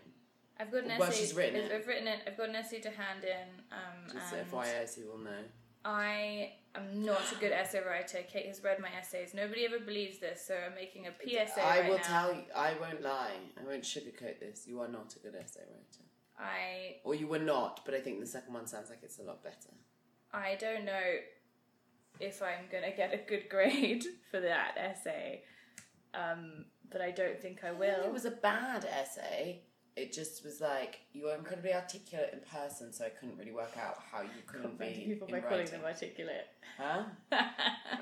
Speaker 1: I've got an essay.
Speaker 3: Well, she's written
Speaker 1: I've-
Speaker 3: it.
Speaker 1: I've written it. I've got an essay to hand in. Um,
Speaker 3: Just
Speaker 1: and
Speaker 3: FYI, so you will know.
Speaker 1: I am not a good essay writer. Kate has read my essays. Nobody ever believes this, so I'm making a PSA
Speaker 3: I
Speaker 1: right
Speaker 3: will
Speaker 1: now.
Speaker 3: tell you. I won't lie. I won't sugarcoat this. You are not a good essay writer,
Speaker 1: I
Speaker 3: or you were not. But I think the second one sounds like it's a lot better.
Speaker 1: I don't know if I'm gonna get a good grade [laughs] for that essay, um, but I don't think I
Speaker 3: I think
Speaker 1: will. [laughs]
Speaker 3: It was a bad essay. It just was like you were incredibly articulate in person, so I couldn't really work out how you couldn't
Speaker 1: Offending
Speaker 3: be
Speaker 1: people by
Speaker 3: in
Speaker 1: calling
Speaker 3: writing.
Speaker 1: them articulate. [laughs]
Speaker 3: Huh?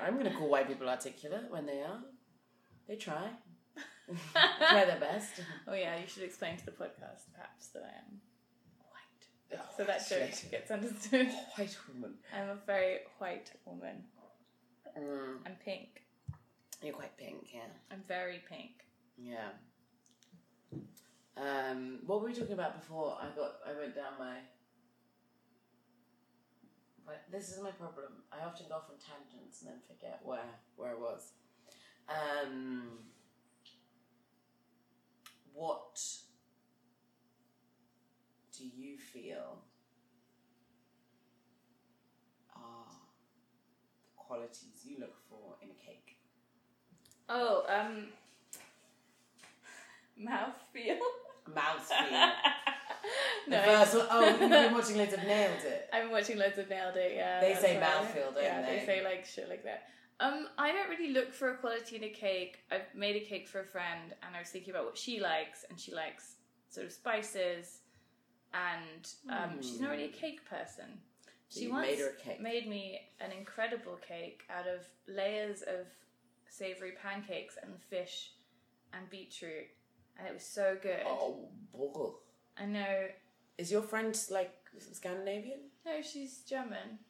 Speaker 3: I'm gonna call white people articulate when they are.
Speaker 1: [laughs]
Speaker 3: They try. try their best.
Speaker 1: oh yeah, you should explain to the podcast perhaps that I am white, so that joke gets understood.
Speaker 3: Oh,
Speaker 1: [laughs]
Speaker 3: White woman.
Speaker 1: I'm a very white woman.
Speaker 3: Mm,
Speaker 1: I'm pink.
Speaker 3: you're quite pink, yeah.
Speaker 1: I'm very pink.
Speaker 3: Yeah. Um, what were we talking about before I got I went down my but this is my problem. I often go off on tangents and then forget where where I was. Um what do you feel are the qualities you look for in a cake?
Speaker 1: Oh, um, [laughs]
Speaker 3: [laughs]
Speaker 1: mouthfeel.
Speaker 3: Mouthfeel.
Speaker 1: [laughs]
Speaker 3: The
Speaker 1: no,
Speaker 3: first one- oh,
Speaker 1: [laughs]
Speaker 3: you've been watching loads of Nailed It.
Speaker 1: I've been watching loads of Nailed It. Yeah,
Speaker 3: They
Speaker 1: that's
Speaker 3: say
Speaker 1: why.
Speaker 3: mouthfeel, don't
Speaker 1: yeah,
Speaker 3: they?
Speaker 1: say like shit like that. Um, I don't really look for a quality in a cake. I've made a cake for a friend, and I was thinking about what she likes, and she likes sort of spices, and um, she's not really a cake person.
Speaker 3: Hmm. So
Speaker 1: she
Speaker 3: you
Speaker 1: once
Speaker 3: made her a cake.
Speaker 1: made me an incredible cake out of layers of savory pancakes and fish and beetroot, and it was so good.
Speaker 3: Oh, bull.
Speaker 1: I know.
Speaker 3: Is your friend like Scandinavian?
Speaker 1: No, she's German.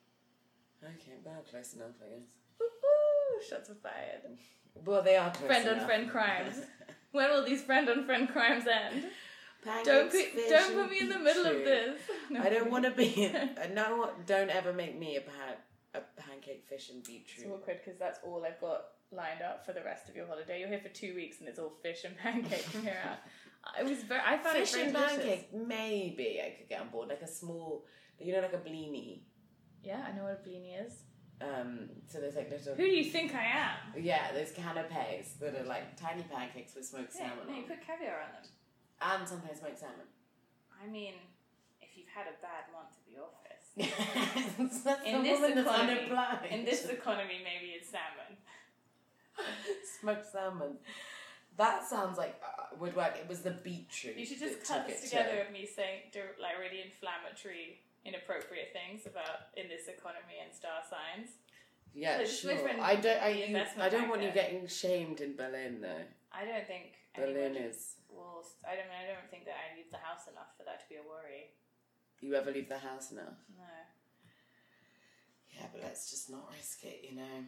Speaker 3: Okay, well, close enough, I guess.
Speaker 1: Woo-hoo, shots were fired.
Speaker 3: Well, they are close
Speaker 1: Friend
Speaker 3: [laughs] enough.
Speaker 1: on friend crimes. when will these friend on friend crimes end?
Speaker 3: Pancakes,
Speaker 1: Don't put,
Speaker 3: fish,
Speaker 1: don't
Speaker 3: and
Speaker 1: put me in the middle of
Speaker 3: beetroot.
Speaker 1: this.
Speaker 3: I don't want
Speaker 1: [laughs]
Speaker 3: to be. uh, No, don't ever make me a pan, a pancake fish and
Speaker 1: It's
Speaker 3: beetroot.
Speaker 1: awkward because that's all I've got lined up for the rest of your holiday. You're here for two weeks and it's all fish and [laughs] pancakes from here out. I was very. I found it
Speaker 3: Fish
Speaker 1: very
Speaker 3: and
Speaker 1: delicious.
Speaker 3: pancake, maybe I could get on board. Like a small, you know, like a blini.
Speaker 1: Yeah, I know what a blini is.
Speaker 3: Um, so there's like little.
Speaker 1: Who do you think I am?
Speaker 3: Yeah, those canapes that are like tiny pancakes with smoked
Speaker 1: Yeah,
Speaker 3: salmon
Speaker 1: no, you
Speaker 3: on.
Speaker 1: put caviar on them.
Speaker 3: And sometimes smoked
Speaker 1: I mean, if you've had a bad month at the office,
Speaker 3: salmon. [laughs] that's
Speaker 1: In
Speaker 3: the
Speaker 1: this
Speaker 3: woman
Speaker 1: economy-
Speaker 3: that's unemployed.
Speaker 1: in
Speaker 3: [laughs]
Speaker 1: this economy, maybe it's salmon.
Speaker 3: smoked salmon. That sounds like uh, would work. It was the beetroot.
Speaker 1: You should
Speaker 3: that
Speaker 1: just
Speaker 3: took
Speaker 1: cut
Speaker 3: it
Speaker 1: this
Speaker 3: to-
Speaker 1: together of me saying dir- like really inflammatory, inappropriate things about in this economy and star signs.
Speaker 3: Yeah,
Speaker 1: So it's
Speaker 3: sure.
Speaker 1: different
Speaker 3: I don't. I,
Speaker 1: the
Speaker 3: you,
Speaker 1: investment
Speaker 3: I don't want you
Speaker 1: banker.
Speaker 3: getting shamed in Berlin though.
Speaker 1: I don't think
Speaker 3: Berlin
Speaker 1: anyone
Speaker 3: is.
Speaker 1: will. st- I don't. I don't think that I leave the house enough for that to be a worry.
Speaker 3: You ever leave the house now?
Speaker 1: No.
Speaker 3: Yeah, but let's just not risk it. You know,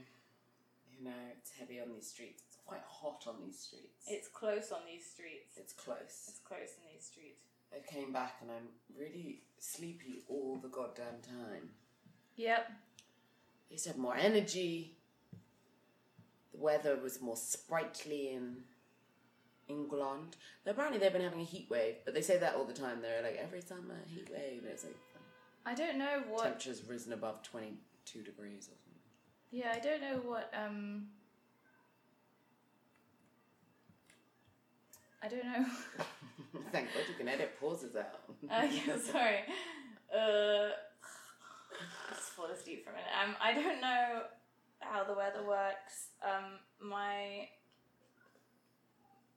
Speaker 3: you know, it's heavy on these streets. It's quite hot on these streets.
Speaker 1: It's close on these streets.
Speaker 3: it's close.
Speaker 1: It's close on these streets.
Speaker 3: I came back and I'm really sleepy all the goddamn time.
Speaker 1: Yep.
Speaker 3: I used to have more energy. The weather was more sprightly in England. Now, apparently, they've been having a heat wave, but they say that all the time. They're like, every summer, heat wave. And it's like,
Speaker 1: I don't know what.
Speaker 3: temperature's risen above 22 degrees or something.
Speaker 1: Yeah, I don't know what. Um. I don't know. [laughs]
Speaker 3: [laughs] Thank God you can edit pauses out.
Speaker 1: Uh, yeah, [laughs] sorry. Uh, just fall asleep for a minute. Um, I don't know how the weather works. Um, my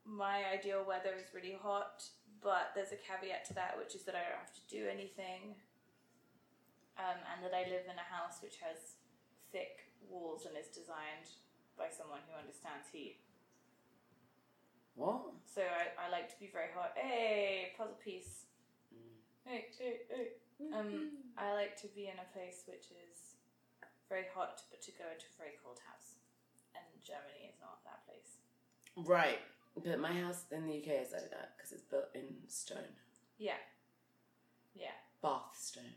Speaker 1: my ideal weather is really hot, but there's a caveat to that, which is that I don't have to do anything, um, and that I live in a house which has thick walls and is designed by someone who understands heat.
Speaker 3: [laughs] What?
Speaker 1: So I, I like to be very hot. Hey, puzzle piece. Hey, hey, hey. Um, I like to be in a place which is very hot, but to go into a very cold house. And Germany is not that place.
Speaker 3: Right. But my house in the UK is like that because it's built in stone.
Speaker 1: Yeah. Yeah.
Speaker 3: Bath stone.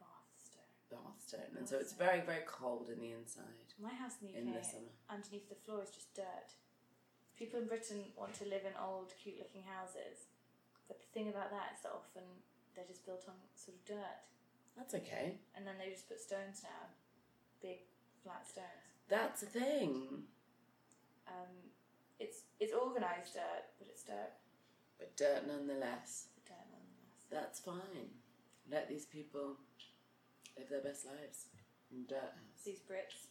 Speaker 1: Bathstone.
Speaker 3: Bath stone. And so it's very, very cold in the inside
Speaker 1: My house in the UK,
Speaker 3: in the summer.
Speaker 1: underneath the floor is just dirt. People in Britain want to live in old, cute looking houses. But the thing about that is that often they're just built on sort of dirt.
Speaker 3: That's okay.
Speaker 1: And then they just put stones down. Big, flat stones.
Speaker 3: That's a thing.
Speaker 1: Um, it's it's organised dirt, but it's dirt.
Speaker 3: But dirt nonetheless.
Speaker 1: Dirt nonetheless.
Speaker 3: That's fine. Let these people live their best lives in dirt house.
Speaker 1: These Brits.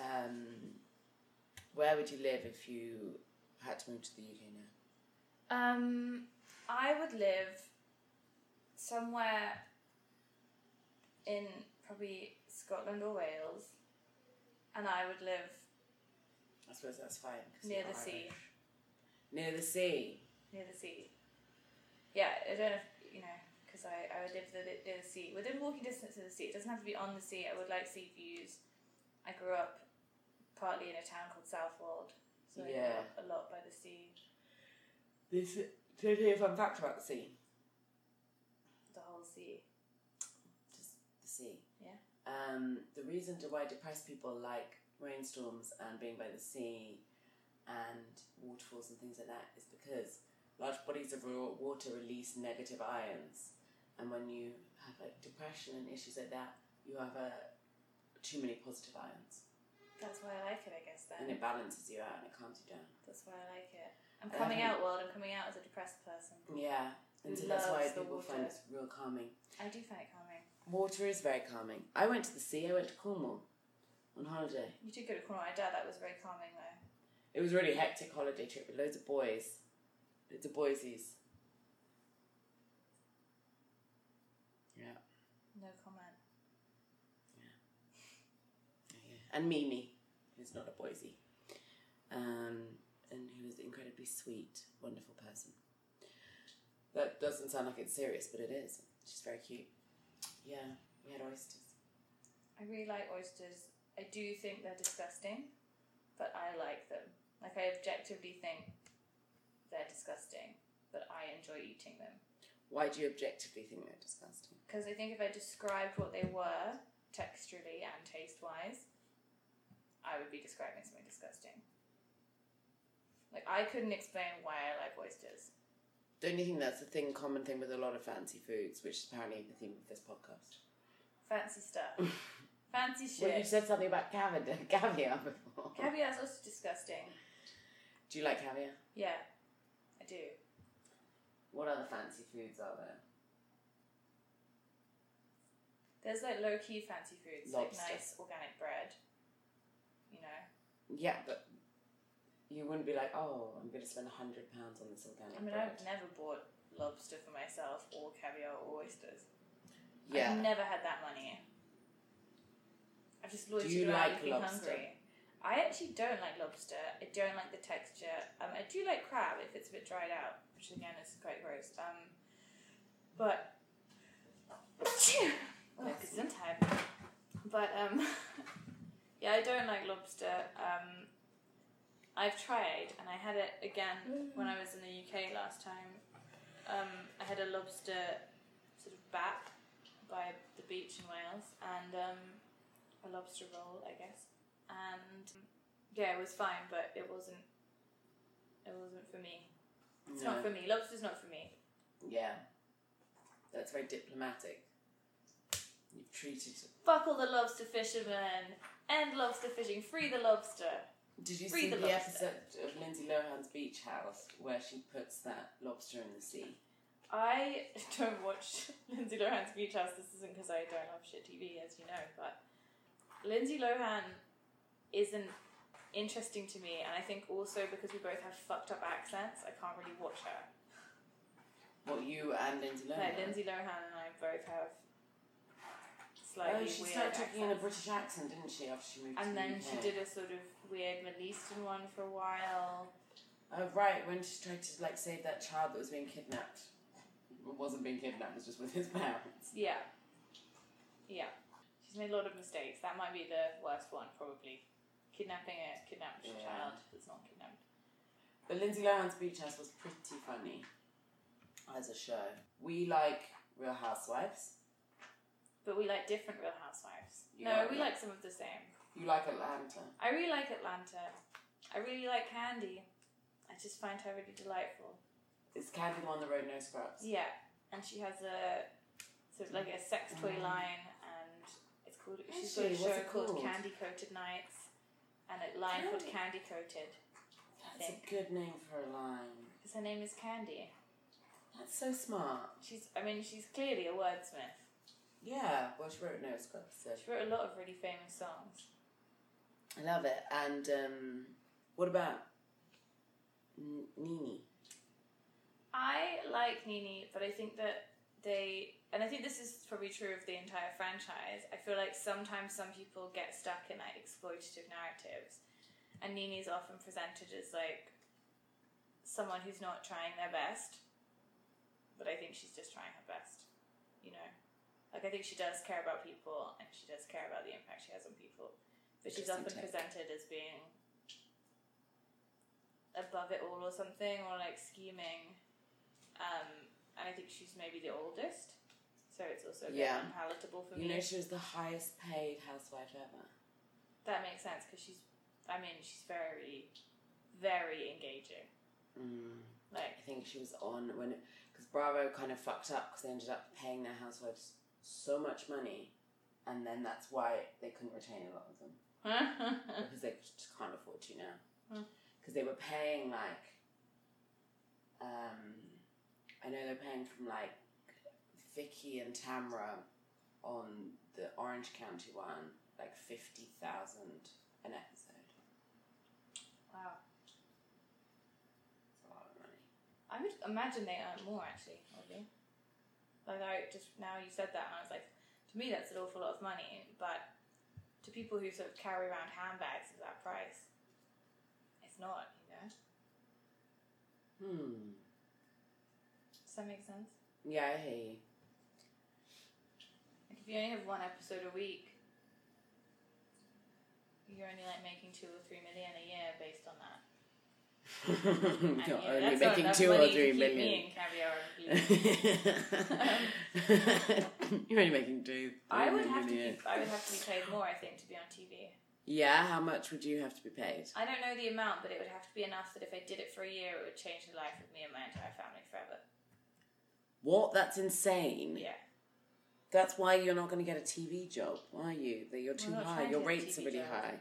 Speaker 3: Um, where would you live if you had to move to the UK now?
Speaker 1: Um, I would live somewhere in probably Scotland or Wales, and I would live
Speaker 3: I suppose that's fine. 'cause
Speaker 1: Near
Speaker 3: you're
Speaker 1: the sea.
Speaker 3: Irish. Near the sea.
Speaker 1: near the sea. Yeah, I don't know, if, you know, because I, I would live the, near the sea, within walking distance of the sea. It doesn't have to be on the sea. I would like sea views. I grew up partly in a town called Southwold, so I
Speaker 3: Yeah.
Speaker 1: grew up a lot by the sea.
Speaker 3: This did you hear a fun fact about the sea?
Speaker 1: the whole sea.
Speaker 3: Just the sea.
Speaker 1: Yeah.
Speaker 3: Um, the reason to why depressed people like rainstorms and being by the sea and waterfalls and things like that is because large bodies of raw water release negative ions, and when you have like depression and issues like that, you have uh, too many positive ions,
Speaker 1: That's why I like it, I guess.
Speaker 3: and
Speaker 1: Then
Speaker 3: it balances you out and it calms you down.
Speaker 1: that's why I like it. I'm
Speaker 3: I
Speaker 1: coming
Speaker 3: haven't-
Speaker 1: out world. I'm coming out as a depressed person.
Speaker 3: Yeah, and so
Speaker 1: Who
Speaker 3: that's why
Speaker 1: loves the
Speaker 3: people find
Speaker 1: water.
Speaker 3: it's real calming.
Speaker 1: I do find it calming.
Speaker 3: Water is very calming. I went to the sea. I went to Cornwall on holiday.
Speaker 1: You did go to Cornwall. I doubt that was very calming though.
Speaker 3: It was a really hectic holiday trip with loads of boys. Loads of boysies. Yeah.
Speaker 1: No comment.
Speaker 3: And Mimi, who's not a boysie. Um, and who is an incredibly sweet, wonderful person. That doesn't sound like it's serious, but it is. She's very cute. Yeah, we had oysters.
Speaker 1: I really like oysters. I do think they're disgusting, but I like them. Like I objectively think they're disgusting, but I enjoy eating them.
Speaker 3: Why do you objectively think they're disgusting?
Speaker 1: Because I think if I described what they were texturally and taste wise, I would be describing something disgusting. Like I couldn't explain why I like oysters.
Speaker 3: Don't you think that's a thing, common thing with a lot of fancy foods, which is apparently the theme of this podcast?
Speaker 1: Fancy stuff. Fancy
Speaker 3: Well, you
Speaker 1: shit.
Speaker 3: said something about caviar, [laughs] caviar before.
Speaker 1: Caviar's also disgusting.
Speaker 3: Do you like caviar?
Speaker 1: Yeah, I do.
Speaker 3: What other fancy foods are there?
Speaker 1: There's like low key fancy foods,
Speaker 3: Lobster.
Speaker 1: like nice organic bread. You know,
Speaker 3: Yeah, but you wouldn't be like, oh, I'm going to spend hundred pounds on this organic
Speaker 1: I mean,
Speaker 3: bread.
Speaker 1: I've never bought lobster for myself or caviar or oysters.
Speaker 3: yeah,
Speaker 1: I've never had that money. I've just loitered
Speaker 3: you
Speaker 1: around
Speaker 3: like
Speaker 1: looking
Speaker 3: lobster?
Speaker 1: hungry. I actually don't like lobster. I don't like the texture. Um, I do like crab if it's a bit dried out, which again is quite gross. Um, but [laughs] oh, Gesundheit. But um, [laughs] yeah, I don't like lobster. Um, I've tried, and I had it again when I was in the UK last time. Um, I had a lobster sort of bat by the beach in Wales, and um, a lobster roll, I guess. And yeah, it was fine, but it wasn't. It wasn't for me. It's
Speaker 3: No.
Speaker 1: not for me. Lobster's not for me.
Speaker 3: yeah. That's very diplomatic. You've treated.
Speaker 1: Fuck all the lobster fishermen. End lobster fishing. Free the lobster.
Speaker 3: Did you
Speaker 1: Free
Speaker 3: see
Speaker 1: the
Speaker 3: the,
Speaker 1: lobster.
Speaker 3: episode of Lindsay Lohan's Beach House where she puts that lobster in the sea?
Speaker 1: I [laughs] don't watch [laughs] Lindsay Lohan's Beach House. This isn't because I don't love shit TV, as you know, but Lindsay Lohan isn't interesting to me, and I think also because we both have fucked up accents, I can't really watch her.
Speaker 3: Well, you and Lindsay Lohan.
Speaker 1: Like Lindsay Lohan and I both have
Speaker 3: oh,
Speaker 1: slightly
Speaker 3: she
Speaker 1: weird
Speaker 3: started talking in a
Speaker 1: accents.
Speaker 3: British accent, didn't she, after she moved to
Speaker 1: and
Speaker 3: the
Speaker 1: then
Speaker 3: UK?
Speaker 1: she did a sort of weird Middle Eastern one for a while.
Speaker 3: Oh, right, when she tried to like save that child that was being kidnapped. It wasn't being kidnapped, it was just with his parents.
Speaker 1: Yeah. Yeah. She's made a lot of mistakes. That might be the worst one, probably. Kidnapping a kidnapped
Speaker 3: Yeah.
Speaker 1: child that's not kidnapped.
Speaker 3: But Lindsay Lohan's Beach House was pretty funny as a show. We like Real Housewives.
Speaker 1: But we like different Real Housewives.
Speaker 3: You
Speaker 1: no,
Speaker 3: like
Speaker 1: we
Speaker 3: that.
Speaker 1: like some of the same.
Speaker 3: You like Atlanta.
Speaker 1: I really like Atlanta. I really like Candy. I just find her really delightful.
Speaker 3: It's Candy on the Road No Scrubs.
Speaker 1: Yeah, and she has a sort of like a sex toy
Speaker 3: Mm.
Speaker 1: line, and it's called.
Speaker 3: Is
Speaker 1: She's
Speaker 3: she?
Speaker 1: got a
Speaker 3: What's
Speaker 1: show
Speaker 3: it
Speaker 1: called,
Speaker 3: called?
Speaker 1: Candy Coated Nights, and a line called
Speaker 3: Candy.
Speaker 1: Candy Coated. I
Speaker 3: That's
Speaker 1: think
Speaker 3: a good name for a line.
Speaker 1: because her name is Candy.
Speaker 3: That's so smart.
Speaker 1: She's. I mean, she's clearly a wordsmith.
Speaker 3: Yeah, well, she wrote No Scrubs, so.
Speaker 1: She wrote a lot of really famous songs.
Speaker 3: I love it. And um, what about N- Nini?
Speaker 1: I like Nini, but I think that they, and I think this is probably true of the entire franchise. I feel like sometimes some people get stuck in like exploitative narratives, and Nini is often presented as like someone who's not trying their best, but I think she's just trying her best, you know. Like I think she does care about people, and she does care about the impact she has on people, but she's
Speaker 3: Just in
Speaker 1: often
Speaker 3: tech.
Speaker 1: presented as being above it all or something, or like scheming. Um, and I think she's maybe the oldest, so it's also a bit
Speaker 3: Yeah.
Speaker 1: unpalatable for
Speaker 3: You
Speaker 1: me.
Speaker 3: know, she was the highest paid housewife ever.
Speaker 1: that makes sense because she's, I mean, she's very, very engaging.
Speaker 3: Mm.
Speaker 1: Like, [laughs]
Speaker 3: I think she was on when because Bravo kind of fucked up because they ended up paying their housewives so much money, and then that's why they couldn't retain a lot of them because they just can't afford to now
Speaker 1: Mm.
Speaker 3: because they were paying like um I know they're paying from like Vicky and Tamra on the Orange County one like fifty thousand an episode.
Speaker 1: wow.
Speaker 3: It's a lot of money.
Speaker 1: I would imagine they earn more actually, maybe. Like, I just, now you said that, and I was like, to me, that's an awful lot of money, but to people who sort of carry around handbags at that price, it's not, you know?
Speaker 3: Hmm.
Speaker 1: Does that make sense?
Speaker 3: Yeah, I hear you.
Speaker 1: Like if you only have one episode a week, you're only like making two or three million a year based on that.
Speaker 3: [laughs]
Speaker 1: And,
Speaker 3: You're
Speaker 1: you know,
Speaker 3: only
Speaker 1: that's not
Speaker 3: making
Speaker 1: enough
Speaker 3: two or
Speaker 1: money to
Speaker 3: three
Speaker 1: keep
Speaker 3: million.
Speaker 1: Me in caviar and
Speaker 3: [laughs]
Speaker 1: beef.
Speaker 3: You're only making two.
Speaker 1: I
Speaker 3: three
Speaker 1: would have to
Speaker 3: million.
Speaker 1: be, I would have to be paid more, I think, to be on TV.
Speaker 3: Yeah, how much would you have to be paid?
Speaker 1: I don't know the amount, but it would have to be enough that if I did it for a year, it would change the life of me and my entire family forever.
Speaker 3: What? That's insane.
Speaker 1: Yeah.
Speaker 3: That's why you're not going to get a TV job, are you? That you're
Speaker 1: We're
Speaker 3: too
Speaker 1: not
Speaker 3: high.
Speaker 1: trying to
Speaker 3: Your
Speaker 1: get a
Speaker 3: rates are
Speaker 1: TV
Speaker 3: really
Speaker 1: job.
Speaker 3: high.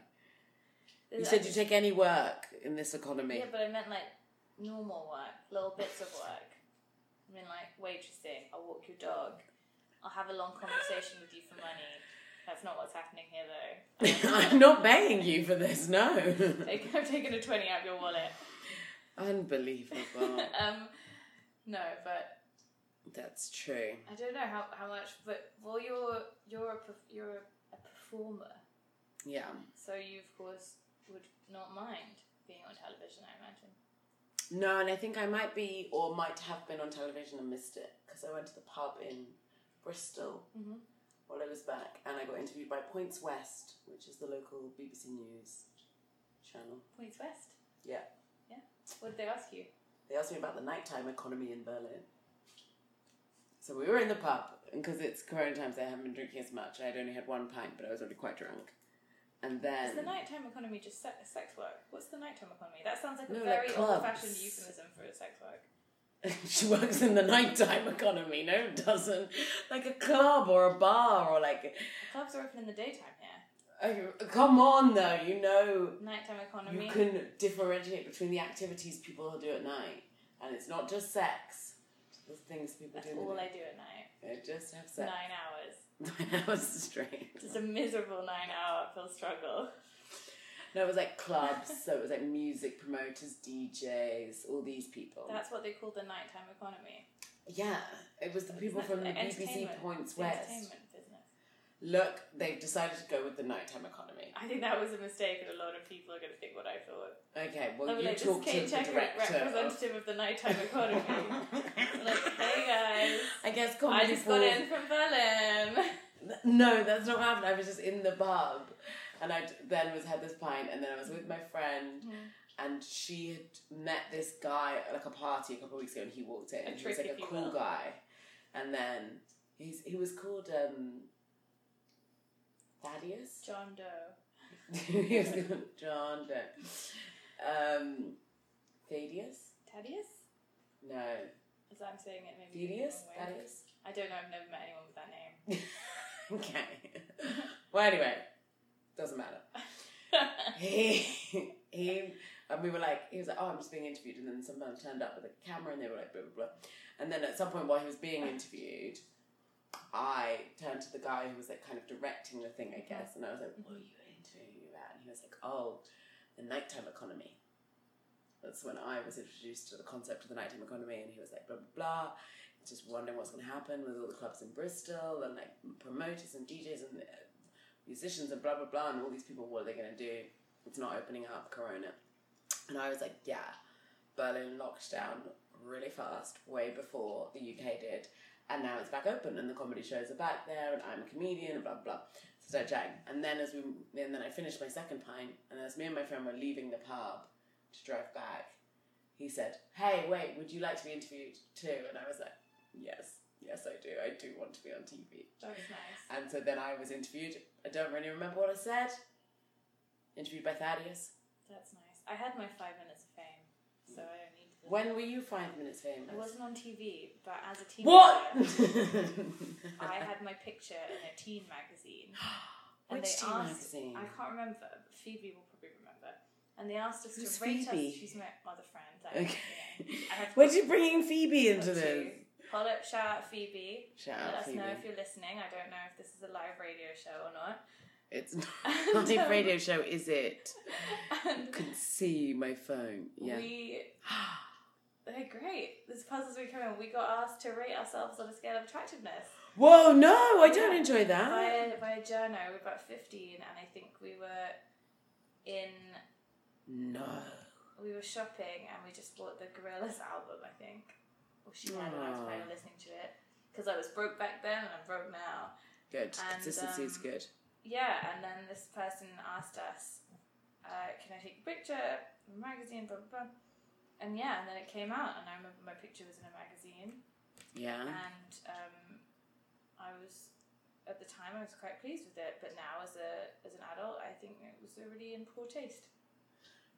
Speaker 3: You said you take any work in this economy.
Speaker 1: Yeah, but I meant like normal work, little bits of work. I mean, like waitressing. I'll walk your dog. I'll have a long conversation with you for money. That's not what's happening here, though.
Speaker 3: [laughs]
Speaker 1: [laughs]
Speaker 3: I'm not paying you for this. [laughs] No.
Speaker 1: Take- I've taken a twenty out of your wallet.
Speaker 3: Unbelievable.
Speaker 1: [laughs] um, no, but
Speaker 3: That's true.
Speaker 1: I don't know how, how much. But well, you're you're a perf- you're a performer,
Speaker 3: Yeah.
Speaker 1: so you of course would not mind being on television. I imagine.
Speaker 3: No, and I think I might be or might have been on television and missed it because I went to the pub in Bristol
Speaker 1: Mhm.
Speaker 3: while I was back and I got interviewed by Points West, which is the local BBC News channel.
Speaker 1: Points West.
Speaker 3: Yeah.
Speaker 1: Yeah. What did they ask you?
Speaker 3: They asked me about the nighttime economy in Berlin. So we were in the pub, and because it's Corona times, I haven't been drinking as much. I had only had one pint, but I was already quite drunk. And then
Speaker 1: Is the nighttime economy just se- sex work? What's the nighttime economy? That sounds like a
Speaker 3: No, they're
Speaker 1: very
Speaker 3: clubs.
Speaker 1: old-fashioned euphemism for sex work.
Speaker 3: [laughs] she works in the nighttime economy. No, it doesn't. Like a club or a bar or like.
Speaker 1: Clubs are open in the daytime here.
Speaker 3: Oh, come on, though. You know
Speaker 1: Nighttime economy.
Speaker 3: you can differentiate between the activities people do at night, and it's not just sex. The things people
Speaker 1: That's
Speaker 3: do. in
Speaker 1: all
Speaker 3: the
Speaker 1: I
Speaker 3: night.
Speaker 1: do at night.
Speaker 3: They just have sex.
Speaker 1: Nine hours.
Speaker 3: [laughs] Nine hours straight.
Speaker 1: Just a miserable nine-hour uphill struggle.
Speaker 3: No, it was like clubs, so it was like music promoters, DJs, all these people.
Speaker 1: That's what they call the nighttime economy.
Speaker 3: yeah, it was the people
Speaker 1: Isn't
Speaker 3: from the
Speaker 1: that
Speaker 3: BBC
Speaker 1: entertainment?
Speaker 3: Points
Speaker 1: It's the
Speaker 3: West.
Speaker 1: Entertainment business.
Speaker 3: Look, they've decided to go with the nighttime economy.
Speaker 1: I think that was a mistake, and a lot of people are going to think what I thought.
Speaker 3: Okay, well,
Speaker 1: They'll be
Speaker 3: you
Speaker 1: Oh, like, this is
Speaker 3: talk to
Speaker 1: Kate
Speaker 3: the
Speaker 1: Checker,
Speaker 3: director. of-
Speaker 1: representative of the nighttime
Speaker 3: [laughs]
Speaker 1: economy. like, hey guys,
Speaker 3: I guess
Speaker 1: I
Speaker 3: comedy
Speaker 1: just got
Speaker 3: for-
Speaker 1: in from Berlin.
Speaker 3: No, that's not happened. I was just in the pub, and I then was had this pint, and then I was with my friend,
Speaker 1: Mhm.
Speaker 3: and she had met this guy at like a party a couple of weeks ago, and he walked in.
Speaker 1: A
Speaker 3: and he was
Speaker 1: trick,
Speaker 3: like
Speaker 1: if
Speaker 3: a
Speaker 1: you
Speaker 3: cool
Speaker 1: will.
Speaker 3: guy, and then he's he was called um, Thaddeus. [laughs]
Speaker 1: John Doe.
Speaker 3: he was called [laughs] John. Doe. Um, Thaddeus?
Speaker 1: Thaddeus?
Speaker 3: No,
Speaker 1: As I'm saying it, maybe. in the
Speaker 3: Thaddeus.
Speaker 1: wrong way.
Speaker 3: Thaddeus.
Speaker 1: I don't know. I've never met anyone with that
Speaker 3: [laughs]
Speaker 1: name.
Speaker 3: okay. [laughs] well, anyway, doesn't matter. [laughs] he, he, and we were like, he was like, oh, I'm just being interviewed, and then someone turned up with a camera, and they were like, blah blah blah, and then at some point while he was being interviewed, I turned to the guy who was like kind of directing the thing, I guess, and I was like, what are you interviewing me about? And he was like, oh, the nighttime economy. That's when I was introduced to the concept of the nighttime economy, and he was like, blah blah blah. Just wondering what's going to happen with all the clubs in Bristol and like promoters and DJs and uh, musicians and blah blah blah and all these people. What are they going to do? it's not opening up corona and i was like yeah berlin locked down really fast way before the uk did and now it's back open and the comedy shows are back there and i'm a comedian and blah blah blah so I chatting and then as we and then i finished my second pint and as me and my friend were leaving the pub to drive back he said hey wait would you like to be interviewed too and i was like yes yes i do i do want to be on tv
Speaker 1: that was nice.
Speaker 3: and so then I was interviewed. I don't really remember what I said. Interviewed by Thaddeus.
Speaker 1: That's nice. I had my five minutes of fame, so I don't need. The
Speaker 3: When were you five minutes
Speaker 1: I
Speaker 3: famous?
Speaker 1: wasn't on TV, but as a teenager,
Speaker 3: What?
Speaker 1: [laughs]
Speaker 3: [laughs]
Speaker 1: I
Speaker 3: [gasps]
Speaker 1: had my picture in a teen magazine.
Speaker 3: Which
Speaker 1: and they
Speaker 3: teen
Speaker 1: asked,
Speaker 3: magazine?
Speaker 1: I can't remember, but Phoebe will probably remember. And they asked us
Speaker 3: Who's
Speaker 1: to rate
Speaker 3: Phoebe?
Speaker 1: us. She's my other friend. That
Speaker 3: Okay.
Speaker 1: I have
Speaker 3: [laughs] Where'd you bringing Phoebe
Speaker 1: got
Speaker 3: into
Speaker 1: to.
Speaker 3: this?
Speaker 1: Call up, shout out Phoebe.
Speaker 3: Shout
Speaker 1: Let
Speaker 3: out
Speaker 1: us
Speaker 3: Phoebe.
Speaker 1: know if you're listening. I don't know if this is a live radio show or not. [laughs]
Speaker 3: It's
Speaker 1: And,
Speaker 3: not a
Speaker 1: um,
Speaker 3: radio show, is it?
Speaker 1: And
Speaker 3: Can see my phone. Yeah.
Speaker 1: we [sighs] they're great. This puzzles we come in, we got asked to rate ourselves on a scale of attractiveness
Speaker 3: Whoa, no, I don't
Speaker 1: Yeah.
Speaker 3: enjoy
Speaker 1: by
Speaker 3: that.
Speaker 1: a, by a journo. We were about fifteen, and I think we were in
Speaker 3: No.
Speaker 1: we were shopping, and we just bought the Gorillaz album. I think, or she had when I was
Speaker 3: Aw.
Speaker 1: finally listening to it because I was broke back then, and I'm broke now.
Speaker 3: Good.
Speaker 1: And,
Speaker 3: Consistency is
Speaker 1: um,
Speaker 3: good.
Speaker 1: Yeah, and then this person asked us, uh, "Can I take a picture, magazine, blah blah blah?" and yeah, and then it came out, and I remember my picture was in a magazine,
Speaker 3: Yeah.
Speaker 1: and um, I was at the time I was quite pleased with it, but now as a as an adult, I think it was really in poor taste.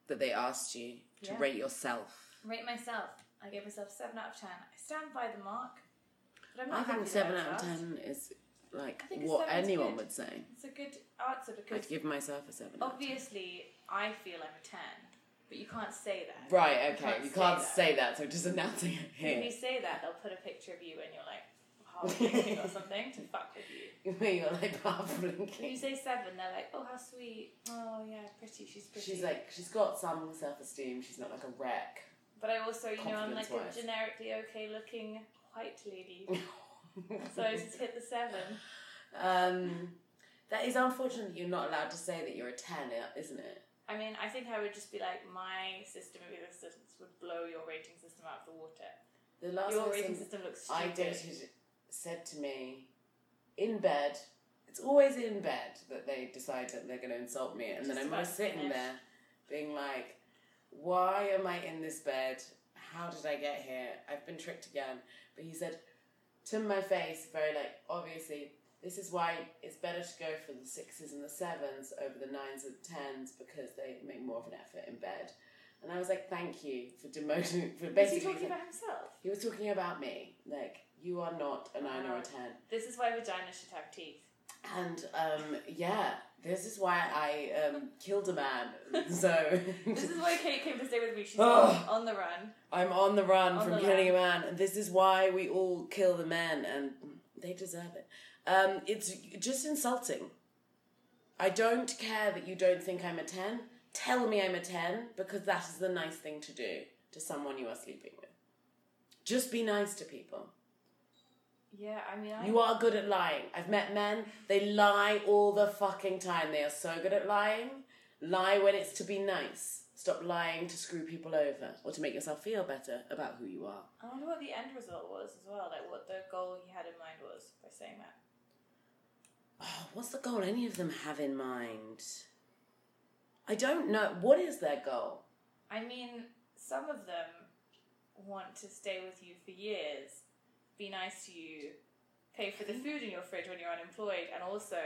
Speaker 3: That they asked you to
Speaker 1: Yeah.
Speaker 3: rate yourself.
Speaker 1: Rate myself. I gave myself seven out of ten. I stand by the mark, but I'm not
Speaker 3: I think
Speaker 1: happy
Speaker 3: seven
Speaker 1: that I
Speaker 3: out
Speaker 1: was
Speaker 3: of
Speaker 1: asked.
Speaker 3: ten is like
Speaker 1: I think a
Speaker 3: what
Speaker 1: seven's
Speaker 3: anyone
Speaker 1: good.
Speaker 3: would say.
Speaker 1: It's a good Oh. answer because
Speaker 3: I'd give myself a seven. out of
Speaker 1: obviously I feel I'm a ten, but you can't say that.
Speaker 3: 10. Right. Okay.
Speaker 1: can't
Speaker 3: You
Speaker 1: say
Speaker 3: can't
Speaker 1: that.
Speaker 3: say that. So just
Speaker 1: [laughs]
Speaker 3: announcing it
Speaker 1: If you
Speaker 3: here. [laughs]
Speaker 1: say that, they'll put a picture of you and you're like half blinking
Speaker 3: [laughs]
Speaker 1: or something to fuck with you.
Speaker 3: You're like half
Speaker 1: If you
Speaker 3: blinking.
Speaker 1: say seven, they're like, oh, how sweet. Oh, yeah, pretty. She's pretty.
Speaker 3: She's like she's got some self-esteem. She's not like a wreck. [laughs]
Speaker 1: but I also, you know, I'm like
Speaker 3: confidence-wise.
Speaker 1: a generically okay looking white
Speaker 3: [laughs]
Speaker 1: lady. So I just hit the seven.
Speaker 3: um, that is unfortunate. that You're not allowed to say that you're a ten, isn't it?
Speaker 1: I mean, I think I would just be like, my system of your systems would blow your rating system out of the water.
Speaker 3: The last
Speaker 1: Your rating
Speaker 3: person
Speaker 1: system looks
Speaker 3: I
Speaker 1: stupid.
Speaker 3: dated said to me, in bed. It's always in bed that they decide that they're going to insult me, and then
Speaker 1: Just
Speaker 3: I'm
Speaker 1: about
Speaker 3: always sitting
Speaker 1: finished.
Speaker 3: there, being like, "Why am I in this bed? How did I get here? I've been tricked again." But he said to my face, very like obviously, this is why it's better to go for the sixes and the sevens over the nines and tens because they make more of an effort in bed. And I was like, "Thank you for demoting for
Speaker 1: Is
Speaker 3: basically."
Speaker 1: he talking about himself?
Speaker 3: He was talking about me, like you are not a nine
Speaker 1: Uh-huh.
Speaker 3: or a ten,
Speaker 1: This is why vaginas should have
Speaker 3: [laughs]
Speaker 1: teeth.
Speaker 3: and um, yeah, this is why I um, killed a man. [laughs] So
Speaker 1: This is why Kate came to stay with me. She's
Speaker 3: Ugh.
Speaker 1: on the run.
Speaker 3: I'm on the run
Speaker 1: On
Speaker 3: from
Speaker 1: the
Speaker 3: killing a man, and this is why we all kill the men, and they deserve it. Um, it's just insulting. I don't care that you don't think I'm a ten. Tell me I'm a ten because that is the nice thing to do to someone you are sleeping with. Just be nice to people.
Speaker 1: Yeah, I mean, I
Speaker 3: You are good at lying. I've met men, they lie all the fucking time. They are so good at lying. Lie when it's to be nice. Stop lying to screw people over or to make yourself feel better about who you are.
Speaker 1: I wonder what the end result was as well, like what the goal he had in mind was by saying that.
Speaker 3: Oh, what's the goal any of them have in mind? I don't know. What is their goal?
Speaker 1: I mean, some of them want to stay with you for years, be nice to you, pay for the
Speaker 3: Mm-hmm.
Speaker 1: food in your fridge when you're unemployed, and also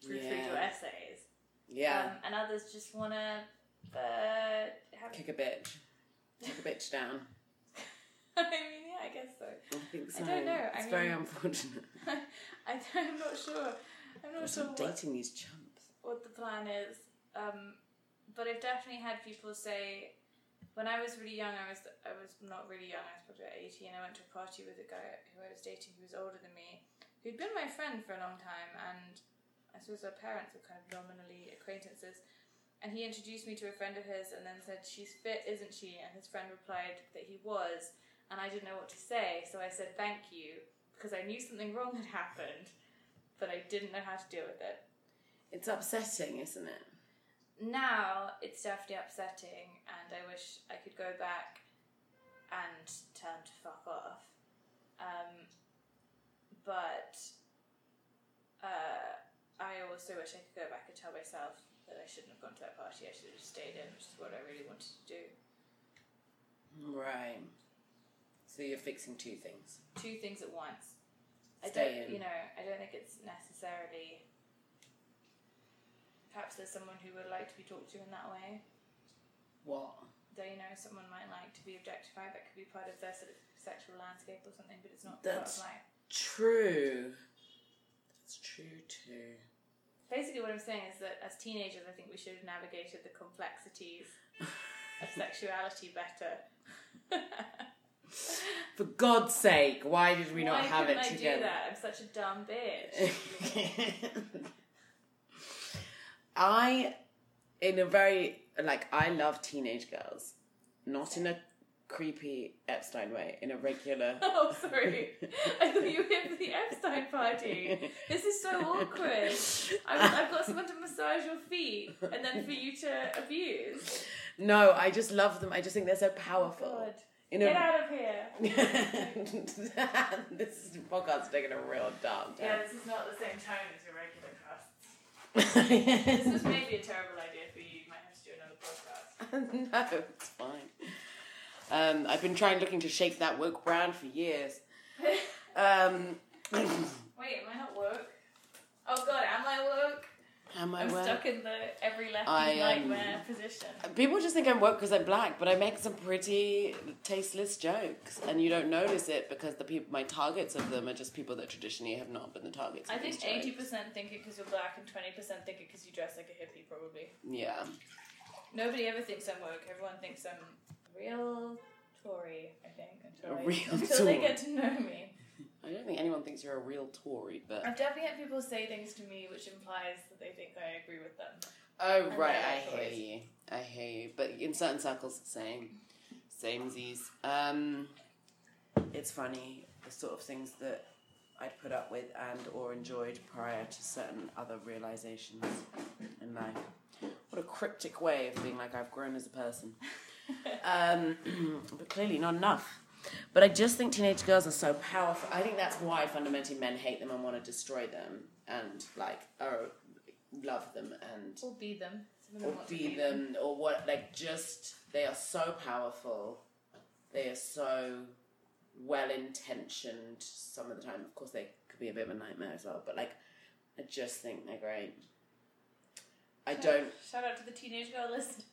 Speaker 1: proofread your
Speaker 3: Yeah.
Speaker 1: essays.
Speaker 3: Yeah.
Speaker 1: Um, and others just want to uh, have.
Speaker 3: Kick a bitch. Kick a bitch down.
Speaker 1: [laughs] I mean, yeah, I guess so.
Speaker 3: I think so.
Speaker 1: don't know. I
Speaker 3: It's very
Speaker 1: mean- [laughs]
Speaker 3: unfortunate.
Speaker 1: I, I'm not sure. I'm not sure
Speaker 3: I'm
Speaker 1: what
Speaker 3: dating these chumps.
Speaker 1: what the plan is. Um, but I've definitely had people say, when I was really young, I was I was not really young. I was probably about eighteen. I went to a party with a guy who I was dating who was older than me, who'd been my friend for a long time, and I suppose our parents were kind of nominally acquaintances. And he introduced me to a friend of his, and then said, "She's fit, isn't she?" And his friend replied that he was, and I didn't know what to say, so I said, "Thank you," because I knew something wrong had happened, but I didn't know how to deal with it
Speaker 3: It's upsetting, isn't it?
Speaker 1: now it's definitely upsetting and I wish I could go back and tell him to fuck off. Um, but uh, I also wish I could go back and tell myself that I shouldn't have gone to that party, I should have stayed in, which is what I really wanted to do.
Speaker 3: Right. So you're fixing two things.
Speaker 1: Two things at once. I
Speaker 3: Stay
Speaker 1: don't,
Speaker 3: in.
Speaker 1: you know, I don't think it's necessarily. Perhaps there's someone who would like to be talked to in that way.
Speaker 3: What?
Speaker 1: though you know someone might like to be objectified that could be part of their sort of sexual landscape or something but it's not
Speaker 3: That's-
Speaker 1: part of life
Speaker 3: True. That's true too.
Speaker 1: basically what i'm saying is that as teenagers i think we should have navigated the complexities
Speaker 3: [laughs]
Speaker 1: of sexuality better
Speaker 3: For God's sake, why did we
Speaker 1: why
Speaker 3: not have it
Speaker 1: couldn't i do
Speaker 3: together?
Speaker 1: that i'm such a dumb bitch [laughs]
Speaker 3: [laughs] I, in a very like, I love teenage girls, not in a creepy Epstein way, in a regular.
Speaker 1: oh sorry i thought you were here for the epstein party this is so [laughs] awkward I've, I've got someone to massage your feet and then for you to abuse
Speaker 3: [laughs] no, I just love them. I just think they're so powerful.
Speaker 1: god
Speaker 3: In
Speaker 1: Oh, get
Speaker 3: [laughs]
Speaker 1: out of here
Speaker 3: this podcast's taking a real dark turn. [laughs]
Speaker 1: this is not the same tone as your regular cast This was
Speaker 3: no, [laughs]
Speaker 1: maybe a terrible idea for you. You might have to do another podcast.
Speaker 3: it's fine. Um, I've been trying looking to shake that woke brand for years. Um,
Speaker 1: Wait, am I not woke? Oh god, am I woke?
Speaker 3: am I
Speaker 1: I'm
Speaker 3: woke?
Speaker 1: stuck in the every lefty
Speaker 3: I, um,
Speaker 1: nightmare position.
Speaker 3: People just think I'm woke because I'm black, but I make some pretty tasteless jokes, and you don't notice it because the people, my targets of them are just people that traditionally have not been the targets. Of
Speaker 1: I think
Speaker 3: these jokes.
Speaker 1: eighty percent think it because you're black and twenty percent think it because you dress like a hippie. Probably
Speaker 3: Yeah,
Speaker 1: nobody ever thinks I'm woke. Everyone thinks I'm a real Tory. I think until,
Speaker 3: A
Speaker 1: I- [laughs]
Speaker 3: real
Speaker 1: until they
Speaker 3: Tory.
Speaker 1: get to know me.
Speaker 3: I don't think anyone thinks you're a real Tory, but
Speaker 1: I've definitely had people say things to me which implies that they think I agree with them.
Speaker 3: Oh
Speaker 1: And
Speaker 3: right,
Speaker 1: then
Speaker 3: I
Speaker 1: afterwards.
Speaker 3: hear you. I hear you. But in certain circles, it's the same, samesies. Um, it's funny the sort of things that I'd put up with and or enjoyed prior to certain other realizations in life. What a cryptic way of being like I've grown as a person. Um, [clears throat] but clearly not enough. But I just think teenage girls are so powerful. I think that's why fundamentally men hate them and want to destroy them and like oh love them and
Speaker 1: Or be them. Some of
Speaker 3: or
Speaker 1: them want to
Speaker 3: be them or what like just they are so powerful they are so well intentioned some of the time of course they could be a bit of a nightmare as well but like i just think they're great i don't
Speaker 1: Shout out to the teenage girl
Speaker 3: [laughs]
Speaker 1: list.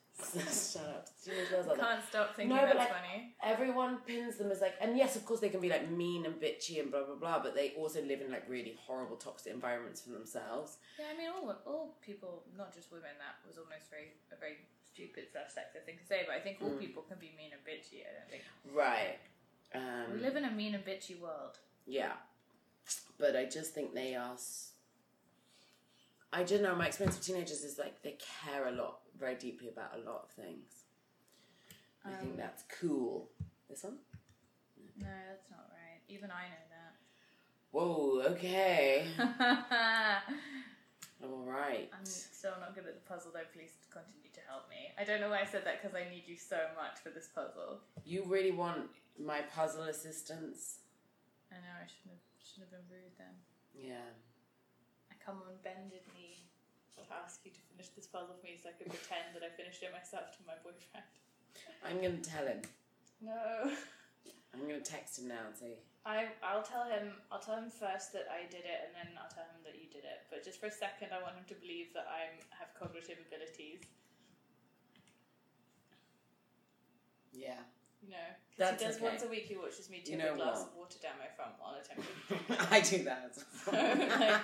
Speaker 3: shut up Teenage girls are like-
Speaker 1: Can't stop thinking
Speaker 3: No, but
Speaker 1: that's
Speaker 3: like-
Speaker 1: funny.
Speaker 3: everyone pins them as like and yes of course they can be like mean and bitchy and blah blah blah but they also live in like really horrible toxic environments for themselves
Speaker 1: Yeah, I mean, all all people, not just women. That was almost very a very stupid slash sexist thing to say, but I think
Speaker 3: Hmm.
Speaker 1: all people can be mean and bitchy. I don't think
Speaker 3: right
Speaker 1: we
Speaker 3: um
Speaker 1: live in a mean and bitchy world.
Speaker 3: Yeah. But I just think they are. s- I don't know. My experience with teenagers is like they care a lot, very deeply about a lot of things. I
Speaker 1: Um,
Speaker 3: think that's cool. This one?
Speaker 1: No, that's not right. Even I know [laughs]
Speaker 3: Whoa, okay.
Speaker 1: that.
Speaker 3: I'm alright.
Speaker 1: I'm still not good at the puzzle, though. Please continue to help me. I don't know why I said that because I need you so much for this puzzle.
Speaker 3: You really want my puzzle assistance?
Speaker 1: I know I shouldn't have should have been rude then.
Speaker 3: Yeah.
Speaker 1: I come on bended knee to ask you to finish this puzzle for me so I can pretend that I finished it myself to my boyfriend.
Speaker 3: I'm gonna tell him.
Speaker 1: No.
Speaker 3: I'm gonna text him now and say,
Speaker 1: I I'll tell him I'll tell him first that I did it and then I'll tell him that you did it. But just for a second I want him to believe that I have cognitive abilities.
Speaker 3: yeah. [laughs]
Speaker 1: You know. 'Cause
Speaker 3: That's
Speaker 1: he does
Speaker 3: okay.
Speaker 1: once a week he watches me
Speaker 3: You
Speaker 1: tip
Speaker 3: know
Speaker 1: a glass
Speaker 3: what?
Speaker 1: of water down my front while attempting to drink.
Speaker 3: I do that as well. [laughs]
Speaker 1: Like-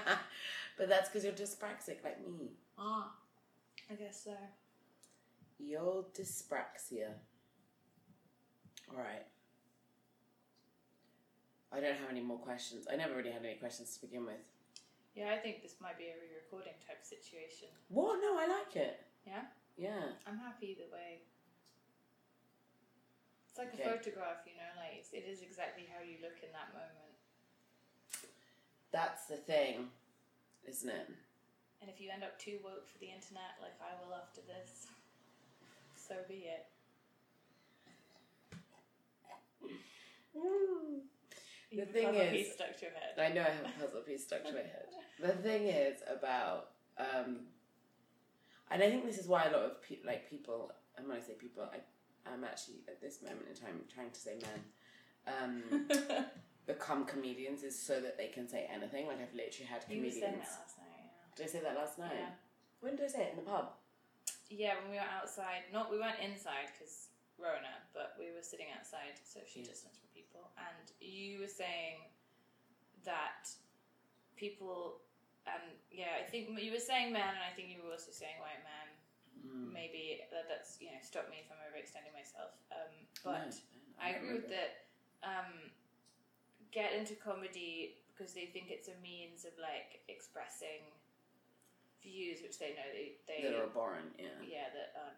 Speaker 3: but that's because you're dyspraxic like me.
Speaker 1: Ah. I guess so.
Speaker 3: Your dyspraxia. All right. I don't have any more questions. I never really had any questions to begin with.
Speaker 1: Yeah, I think this might be a re-recording type situation.
Speaker 3: What? No, I like it.
Speaker 1: Yeah?
Speaker 3: Yeah.
Speaker 1: I'm happy either way. It's like
Speaker 3: Okay.
Speaker 1: a photograph, you know, like it's, it is exactly how you look in that moment.
Speaker 3: That's the thing, isn't it?
Speaker 1: And if you end up too woke for the internet, like I will after this, so be it.
Speaker 3: The
Speaker 1: You've
Speaker 3: thing
Speaker 1: got a piece
Speaker 3: is-
Speaker 1: stuck to your [laughs] head.
Speaker 3: I know I have a puzzle piece stuck to my head. The thing is about, um, and I think this is why a lot of pe- like people. And when I say people, I, I'm actually at this moment in time trying to say men. Um, become comedians is so that they can say anything. Like I've literally had
Speaker 1: you were
Speaker 3: comedians.
Speaker 1: saying that last night.
Speaker 3: Did I say that last night?
Speaker 1: Yeah.
Speaker 3: When did I say it in the pub?
Speaker 1: Yeah. yeah, when we were outside, not we weren't inside because Rona, but we were sitting outside, social
Speaker 3: Yeah.
Speaker 1: distance from people. And you were saying that people, and yeah, I think you were saying men, and I think you were also saying white men.
Speaker 3: Hmm.
Speaker 1: maybe that, that's you know stopped me from overextending myself. Um, but I agree with that. Um, get into comedy because they think it's a means of like expressing views, which they know they they
Speaker 3: That are abhorrent, yeah.
Speaker 1: yeah that are,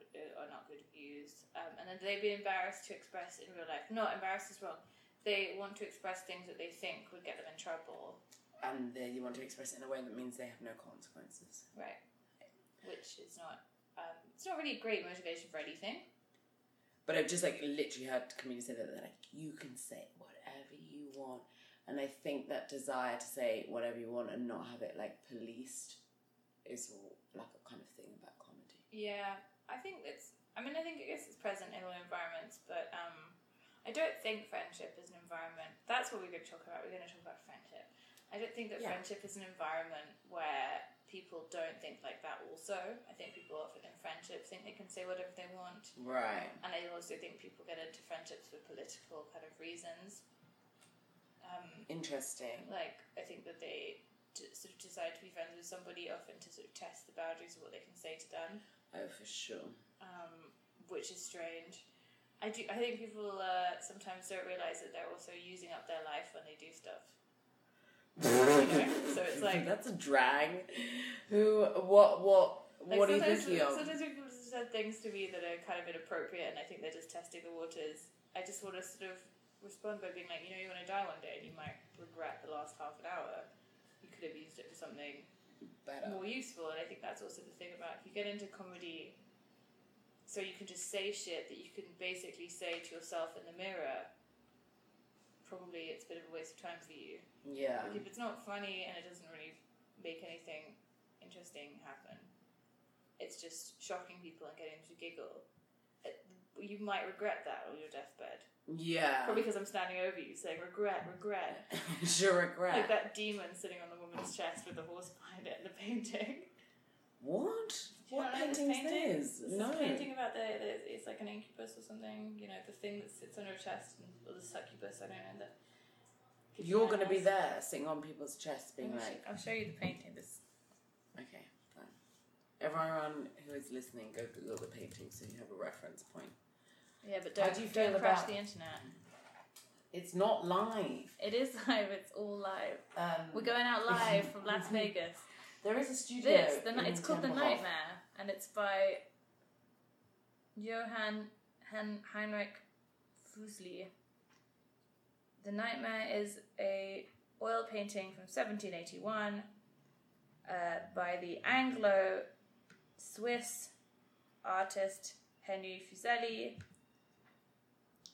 Speaker 1: are not good views. Um, and then they'd be embarrassed to express in real life. Not embarrassed is wrong. They want to express things that they think would get them in trouble,
Speaker 3: And they, you want to express it in a way that means they have no consequences.
Speaker 1: right? Which is not. Um, it's not really a great motivation for anything.
Speaker 3: But I've just like literally heard comedians say that they're like, you can say whatever you want. And I think that desire to say whatever you want and not have it like policed is like a kind of thing about comedy.
Speaker 1: Yeah, I think it's. I mean, I think I guess it's present in all environments, but um, I don't think friendship is an environment. That's what we're going to talk about. We're going to talk about friendship. I don't think that
Speaker 3: Yeah.
Speaker 1: friendship is an environment where people don't think like that. Also, I think people often in friendships think they can say whatever they want,
Speaker 3: Right.
Speaker 1: and I also think people get into friendships for political kind of reasons. Um,
Speaker 3: Interesting.
Speaker 1: like I think that they d- sort of decide to be friends with somebody often to sort of test the boundaries of what they can say to them,
Speaker 3: Oh, for sure.
Speaker 1: um, which is strange. I do. I think people uh, sometimes don't realize that they're also using up their life when they do stuff. So it's like-
Speaker 3: that's a drag. Who? What? What?
Speaker 1: Like,
Speaker 3: what are you
Speaker 1: sometimes-
Speaker 3: thinking of?
Speaker 1: Sometimes people just said things to me that are kind of inappropriate, and I think they're just testing the waters. I just want to sort of respond by being like, you know, you want to die one day, and you might regret the last half an hour. You could have used it for something
Speaker 3: Better.
Speaker 1: more useful. And I think that's also the thing about if you get into comedy, so you can just say shit that you can basically say to yourself in the mirror. Probably it's a bit of a waste of time for you.
Speaker 3: Yeah.
Speaker 1: Like, if it's not funny and it doesn't really make anything interesting happen, it's just shocking people and getting them to giggle. It- You might regret that on your deathbed.
Speaker 3: Yeah. [laughs]
Speaker 1: Probably because I'm standing over you saying, regret, regret.
Speaker 3: sure
Speaker 1: Like
Speaker 3: regret.
Speaker 1: that demon sitting on the woman's chest with the horse behind it and the painting. [laughs]
Speaker 3: What?
Speaker 1: Do you
Speaker 3: What
Speaker 1: not know this
Speaker 3: painting is
Speaker 1: painting?
Speaker 3: this?
Speaker 1: It's
Speaker 3: No.
Speaker 1: this painting about the, the it's like an incubus or something. You know, the thing that sits on her chest and, or the succubus. I don't know. That gives you
Speaker 3: You're gonna be
Speaker 1: nightmares.
Speaker 3: there, sitting on people's chests, being
Speaker 1: I'll sh-
Speaker 3: like,
Speaker 1: I'll show you the painting. This
Speaker 3: okay. fine. Everyone who is listening, go Google the painting so you have a reference point.
Speaker 1: yeah, but
Speaker 3: How
Speaker 1: don't
Speaker 3: do you
Speaker 1: don't
Speaker 3: feel
Speaker 1: crash
Speaker 3: about-
Speaker 1: the internet.
Speaker 3: It's not live.
Speaker 1: It is [laughs] live. It's all live.
Speaker 3: Um,
Speaker 1: We're going out live from
Speaker 3: [laughs]
Speaker 1: Las Vegas.
Speaker 3: There is a studio.
Speaker 1: This the ni-
Speaker 3: in
Speaker 1: it's called the
Speaker 3: Tempelhof.
Speaker 1: Nightmare, and it's by Johann Hen- Heinrich Fuseli. The Nightmare is a oil painting from 1781 uh, by the Anglo-Swiss artist Henry Fuseli.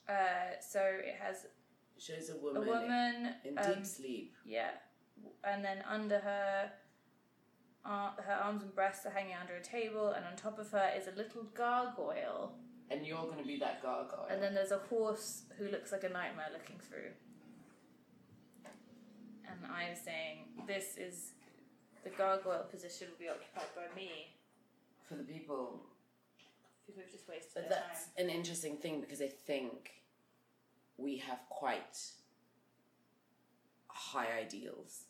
Speaker 1: Uh, so it has
Speaker 3: It shows a
Speaker 1: a
Speaker 3: woman,
Speaker 1: woman
Speaker 3: in
Speaker 1: um,
Speaker 3: deep sleep.
Speaker 1: yeah, and then under her, ar- her arms and breasts are hanging under a table, and on top of her is a little gargoyle.
Speaker 3: And you're gonna be that gargoyle.
Speaker 1: And then there's a horse who looks like a nightmare looking through. And I'm saying this is the gargoyle position will be occupied by me.
Speaker 3: For the people.
Speaker 1: People have just wasted
Speaker 3: But
Speaker 1: their
Speaker 3: that's
Speaker 1: time.
Speaker 3: an interesting thing because I think we have quite high ideals.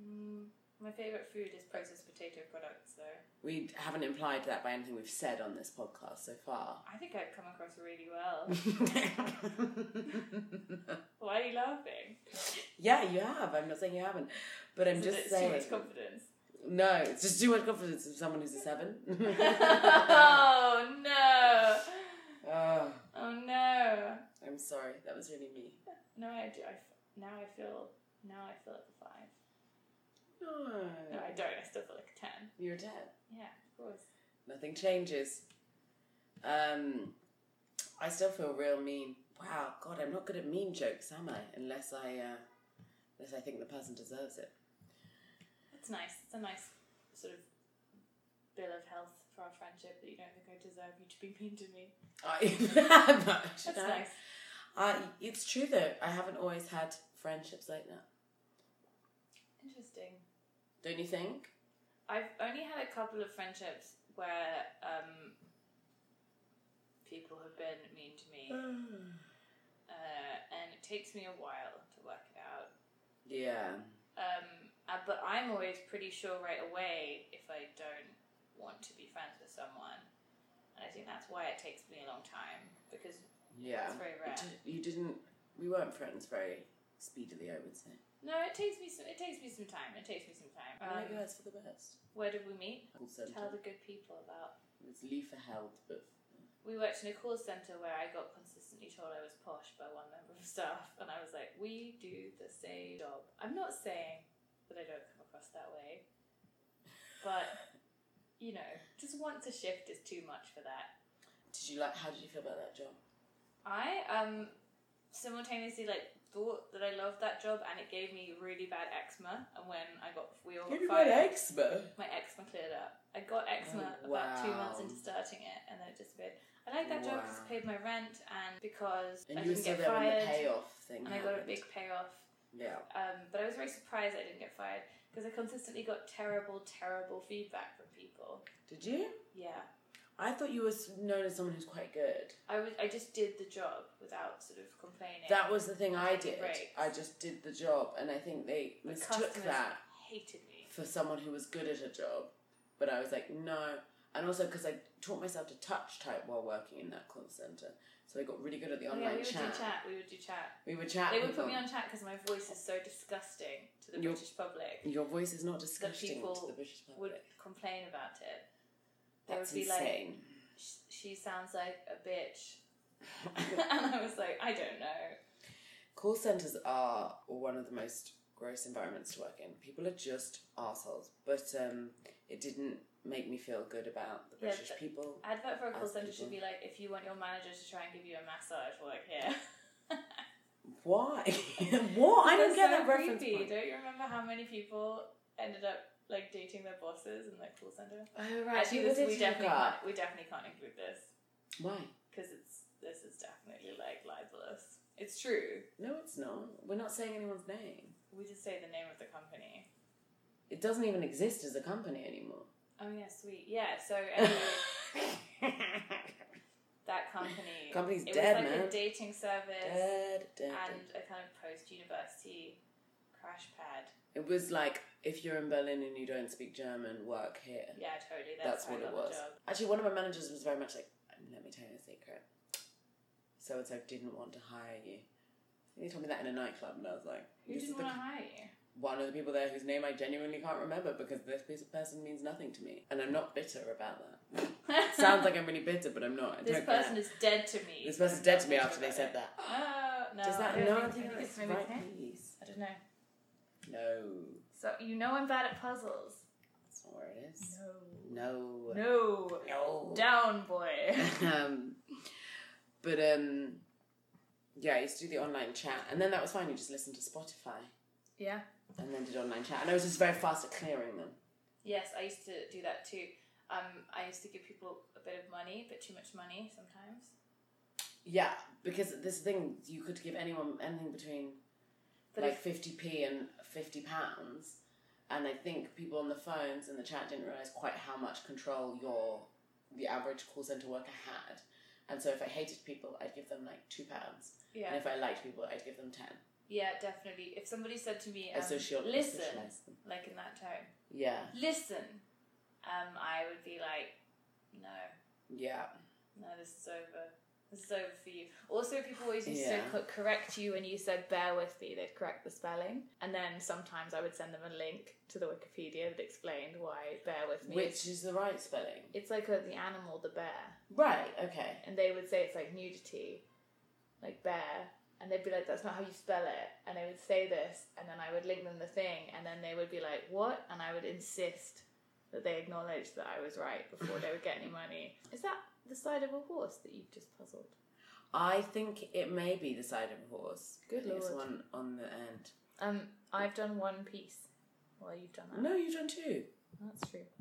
Speaker 1: Mm, my favorite food is processed potato products, though.
Speaker 3: We haven't implied that by anything we've said on this podcast so
Speaker 1: [laughs]
Speaker 3: far.
Speaker 1: I think I've come across really well. [laughs] Why are you laughing?
Speaker 3: yeah, you have. I'm not saying you haven't, but I'm
Speaker 1: Is
Speaker 3: just
Speaker 1: it
Speaker 3: saying.
Speaker 1: Too much confidence.
Speaker 3: no, it's just too much confidence in someone who's
Speaker 1: [laughs]
Speaker 3: a seven. [laughs]
Speaker 1: oh no!
Speaker 3: oh,
Speaker 1: Oh no!
Speaker 3: I'm sorry. That was really me.
Speaker 1: No, I do. I f- now I feel now I feel like a five.
Speaker 3: No,
Speaker 1: No, I don't. I still feel like a ten.
Speaker 3: you're dead.
Speaker 1: Yeah, of course.
Speaker 3: Nothing changes. Um, I still feel real mean. Wow, God, I'm not good at mean jokes, am I? Unless I, uh, unless I think the person deserves it. [laughs]
Speaker 1: That's nice. It's a nice sort of bill of health for our friendship that you don't think I deserve you to be mean to me.
Speaker 3: I, Uh,
Speaker 1: That's nice.
Speaker 3: I, it's true though. I haven't always had friendships like that.
Speaker 1: Interesting.
Speaker 3: Don't you
Speaker 1: [sighs]
Speaker 3: think?
Speaker 1: I've only had a couple of friendships where um, people have been mean to me, uh, and it takes me a while to work it out.
Speaker 3: yeah.
Speaker 1: Um, uh, but I'm always pretty sure right away if I don't want to be friends with someone. And I think that's why it takes me a long time because
Speaker 3: Yeah.
Speaker 1: it's very
Speaker 3: You
Speaker 1: rare.
Speaker 3: di- You didn't. We weren't friends very speedily. I would say.
Speaker 1: No, it takes me some. It takes me some time. It takes me some time.
Speaker 3: Maybe
Speaker 1: Um,
Speaker 3: that's for the best.
Speaker 1: where did we meet?
Speaker 3: Call center.
Speaker 1: Tell the good people about.
Speaker 3: It's Leifa held, but
Speaker 1: We worked in a call center where I got consistently told I was posh by one member of [laughs] staff, and I was like, "We do the same job." I'm not saying that I don't come across that way, but you know, just once a shift is too much for that.
Speaker 3: did you like? How did you feel about that job?
Speaker 1: I um simultaneously like thought that I loved that job, and it gave me really bad eczema. And when I got we all got
Speaker 3: Maybe
Speaker 1: fired,
Speaker 3: my eczema.
Speaker 1: my eczema cleared up. I got eczema
Speaker 3: Oh,
Speaker 1: about two months
Speaker 3: wow.
Speaker 1: into starting it, and then it disappeared. I liked that job because
Speaker 3: Wow.
Speaker 1: it paid my rent and because
Speaker 3: And
Speaker 1: I
Speaker 3: you were
Speaker 1: didn't
Speaker 3: still
Speaker 1: get
Speaker 3: there when the
Speaker 1: fired,
Speaker 3: payoff thing
Speaker 1: and I got a
Speaker 3: happened.
Speaker 1: big payoff.
Speaker 3: Yeah.
Speaker 1: Um, but I was very surprised I didn't get fired because I consistently got terrible, terrible feedback from people.
Speaker 3: Did you?
Speaker 1: Yeah,
Speaker 3: I thought you were s- known as someone who's quite good.
Speaker 1: I was. I just did the job without sort of complaining.
Speaker 3: That was the thing I
Speaker 1: Taking
Speaker 3: did.
Speaker 1: breaks.
Speaker 3: I just did the job, and I think they
Speaker 1: The
Speaker 3: mistook
Speaker 1: customers
Speaker 3: that
Speaker 1: hated me.
Speaker 3: for someone who was good at a job. But I was like, no. And also because I taught myself to touch type while working in that call center, so I got really good at the
Speaker 1: Oh,
Speaker 3: online
Speaker 1: yeah, we would
Speaker 3: chat.
Speaker 1: do chat. We would do chat.
Speaker 3: We were chatting.
Speaker 1: They would put me on chat because my voice is so disgusting to the
Speaker 3: Your-
Speaker 1: British public.
Speaker 3: Your voice is not disgusting
Speaker 1: people
Speaker 3: to the British public.
Speaker 1: Would complain about it. They
Speaker 3: That's
Speaker 1: would be like,
Speaker 3: insane.
Speaker 1: "Sh- "She sounds like a
Speaker 3: [laughs]
Speaker 1: bitch," [laughs] and I was like, "I don't know."
Speaker 3: Call centers are one of the most gross environments to work in. People are just assholes, but um, it didn't make me feel good about the
Speaker 1: Yeah,
Speaker 3: British
Speaker 1: but-
Speaker 3: people.
Speaker 1: Advert for a call
Speaker 3: Ask
Speaker 1: center
Speaker 3: people.
Speaker 1: should be like, "If you want your manager to try and give you a massage, work here."
Speaker 3: Why? [laughs] what?
Speaker 1: [laughs]
Speaker 3: I
Speaker 1: They're
Speaker 3: don't get
Speaker 1: so
Speaker 3: that reference.
Speaker 1: creepy.
Speaker 3: point.
Speaker 1: Don't you remember how many people ended up like dating their bosses in that call center?
Speaker 3: Oh right,
Speaker 1: Actually,
Speaker 3: people
Speaker 1: this,
Speaker 3: did
Speaker 1: we
Speaker 3: hook
Speaker 1: definitely
Speaker 3: up.
Speaker 1: can't, we definitely can't include this
Speaker 3: Why?
Speaker 1: because it's this is definitely like libelous. It's true.
Speaker 3: No, it's not. We're not saying anyone's name.
Speaker 1: We just say the name of the company.
Speaker 3: It doesn't even exist as a company
Speaker 1: [laughs]
Speaker 3: anymore. [laughs]
Speaker 1: Oh yeah, sweet. Yeah. So anyway, that company.
Speaker 3: Company's
Speaker 1: it
Speaker 3: dead,
Speaker 1: was like
Speaker 3: man.
Speaker 1: a dating service
Speaker 3: Dead, dead, dead.
Speaker 1: and a kind of post university crash pad.
Speaker 3: It was like if you're in Berlin and you don't speak German, work here.
Speaker 1: Yeah, totally.
Speaker 3: That's
Speaker 1: That's, how
Speaker 3: what
Speaker 1: I got
Speaker 3: it
Speaker 1: the
Speaker 3: was.
Speaker 1: job.
Speaker 3: Actually, one of my managers was very much like, "Um, let me tell you a secret. So and so didn't want to hire you. And he told me that in a nightclub, and I was like,
Speaker 1: Who
Speaker 3: this is
Speaker 1: didn't
Speaker 3: the,
Speaker 1: want to hire you?
Speaker 3: one of the people there whose name I genuinely can't remember because this piece of person means nothing to me. And I'm not bitter about
Speaker 1: [laughs]
Speaker 3: that. Sounds like I'm really bitter, but I'm not. I
Speaker 1: this
Speaker 3: don't
Speaker 1: person
Speaker 3: care.
Speaker 1: is dead to me.
Speaker 3: this person's dead to me after they
Speaker 1: [laughs]
Speaker 3: said that.
Speaker 1: Oh no!
Speaker 3: Does that
Speaker 1: I
Speaker 3: no?
Speaker 1: don't
Speaker 3: I
Speaker 1: think,
Speaker 3: think
Speaker 1: I think
Speaker 3: that's
Speaker 1: it's maybe
Speaker 3: right,
Speaker 1: okay.
Speaker 3: please.
Speaker 1: I don't know.
Speaker 3: No,
Speaker 1: So you know I'm bad at puzzles.
Speaker 3: that's not where it is.
Speaker 1: No.
Speaker 3: No.
Speaker 1: No.
Speaker 3: No.
Speaker 1: Down, boy.
Speaker 3: [laughs] um, but um, yeah, I used to do the online chat, and then that was fine. You just listened to Spotify,
Speaker 1: yeah.
Speaker 3: and then did online chat, and I was just very fast at clearing them.
Speaker 1: Yes, I used to do that too. Um, I used to give people a bit of money, but too much money sometimes.
Speaker 3: Yeah, because this thing you could give anyone anything between
Speaker 1: But
Speaker 3: like
Speaker 1: if-
Speaker 3: fifty p and fifty pounds, and I think people on the phones and the chat didn't realize quite how much control your the average call center worker had. And so if I hated people, I'd give them like two pounds, and
Speaker 1: Yeah.
Speaker 3: if I liked people, I'd give them ten.
Speaker 1: Yeah, definitely. If somebody said to me,
Speaker 3: I
Speaker 1: um,
Speaker 3: social- I
Speaker 1: listen,
Speaker 3: socialised them.
Speaker 1: like in that tone,
Speaker 3: Yeah,
Speaker 1: listen, um, I would be like, no,
Speaker 3: yeah.
Speaker 1: no, this is over. This is over for you. Also, people always used
Speaker 3: Yeah.
Speaker 1: to co- correct you when you said "bear with me." They'd correct the spelling, and then sometimes I would send them a link to the Wikipedia that explained why "bear with me." is-
Speaker 3: Which is the right spelling?
Speaker 1: it's like a, the animal, the bear,
Speaker 3: Right, okay.
Speaker 1: and they would say it's like nudity, like bear, and they'd be like, "That's not how you spell it," and they would say this, and then I would link them the thing, and then they would be like, "What?" and I would insist that they acknowledged that I was right before they would get any money. Is that the side of a horse that you've just puzzled?
Speaker 3: I think it may be the side of a horse.
Speaker 1: Good
Speaker 3: I think It's
Speaker 1: lord.
Speaker 3: one on the end.
Speaker 1: Um, I've done one piece. Well, you've done that.
Speaker 3: No, you've done two.
Speaker 1: That's true.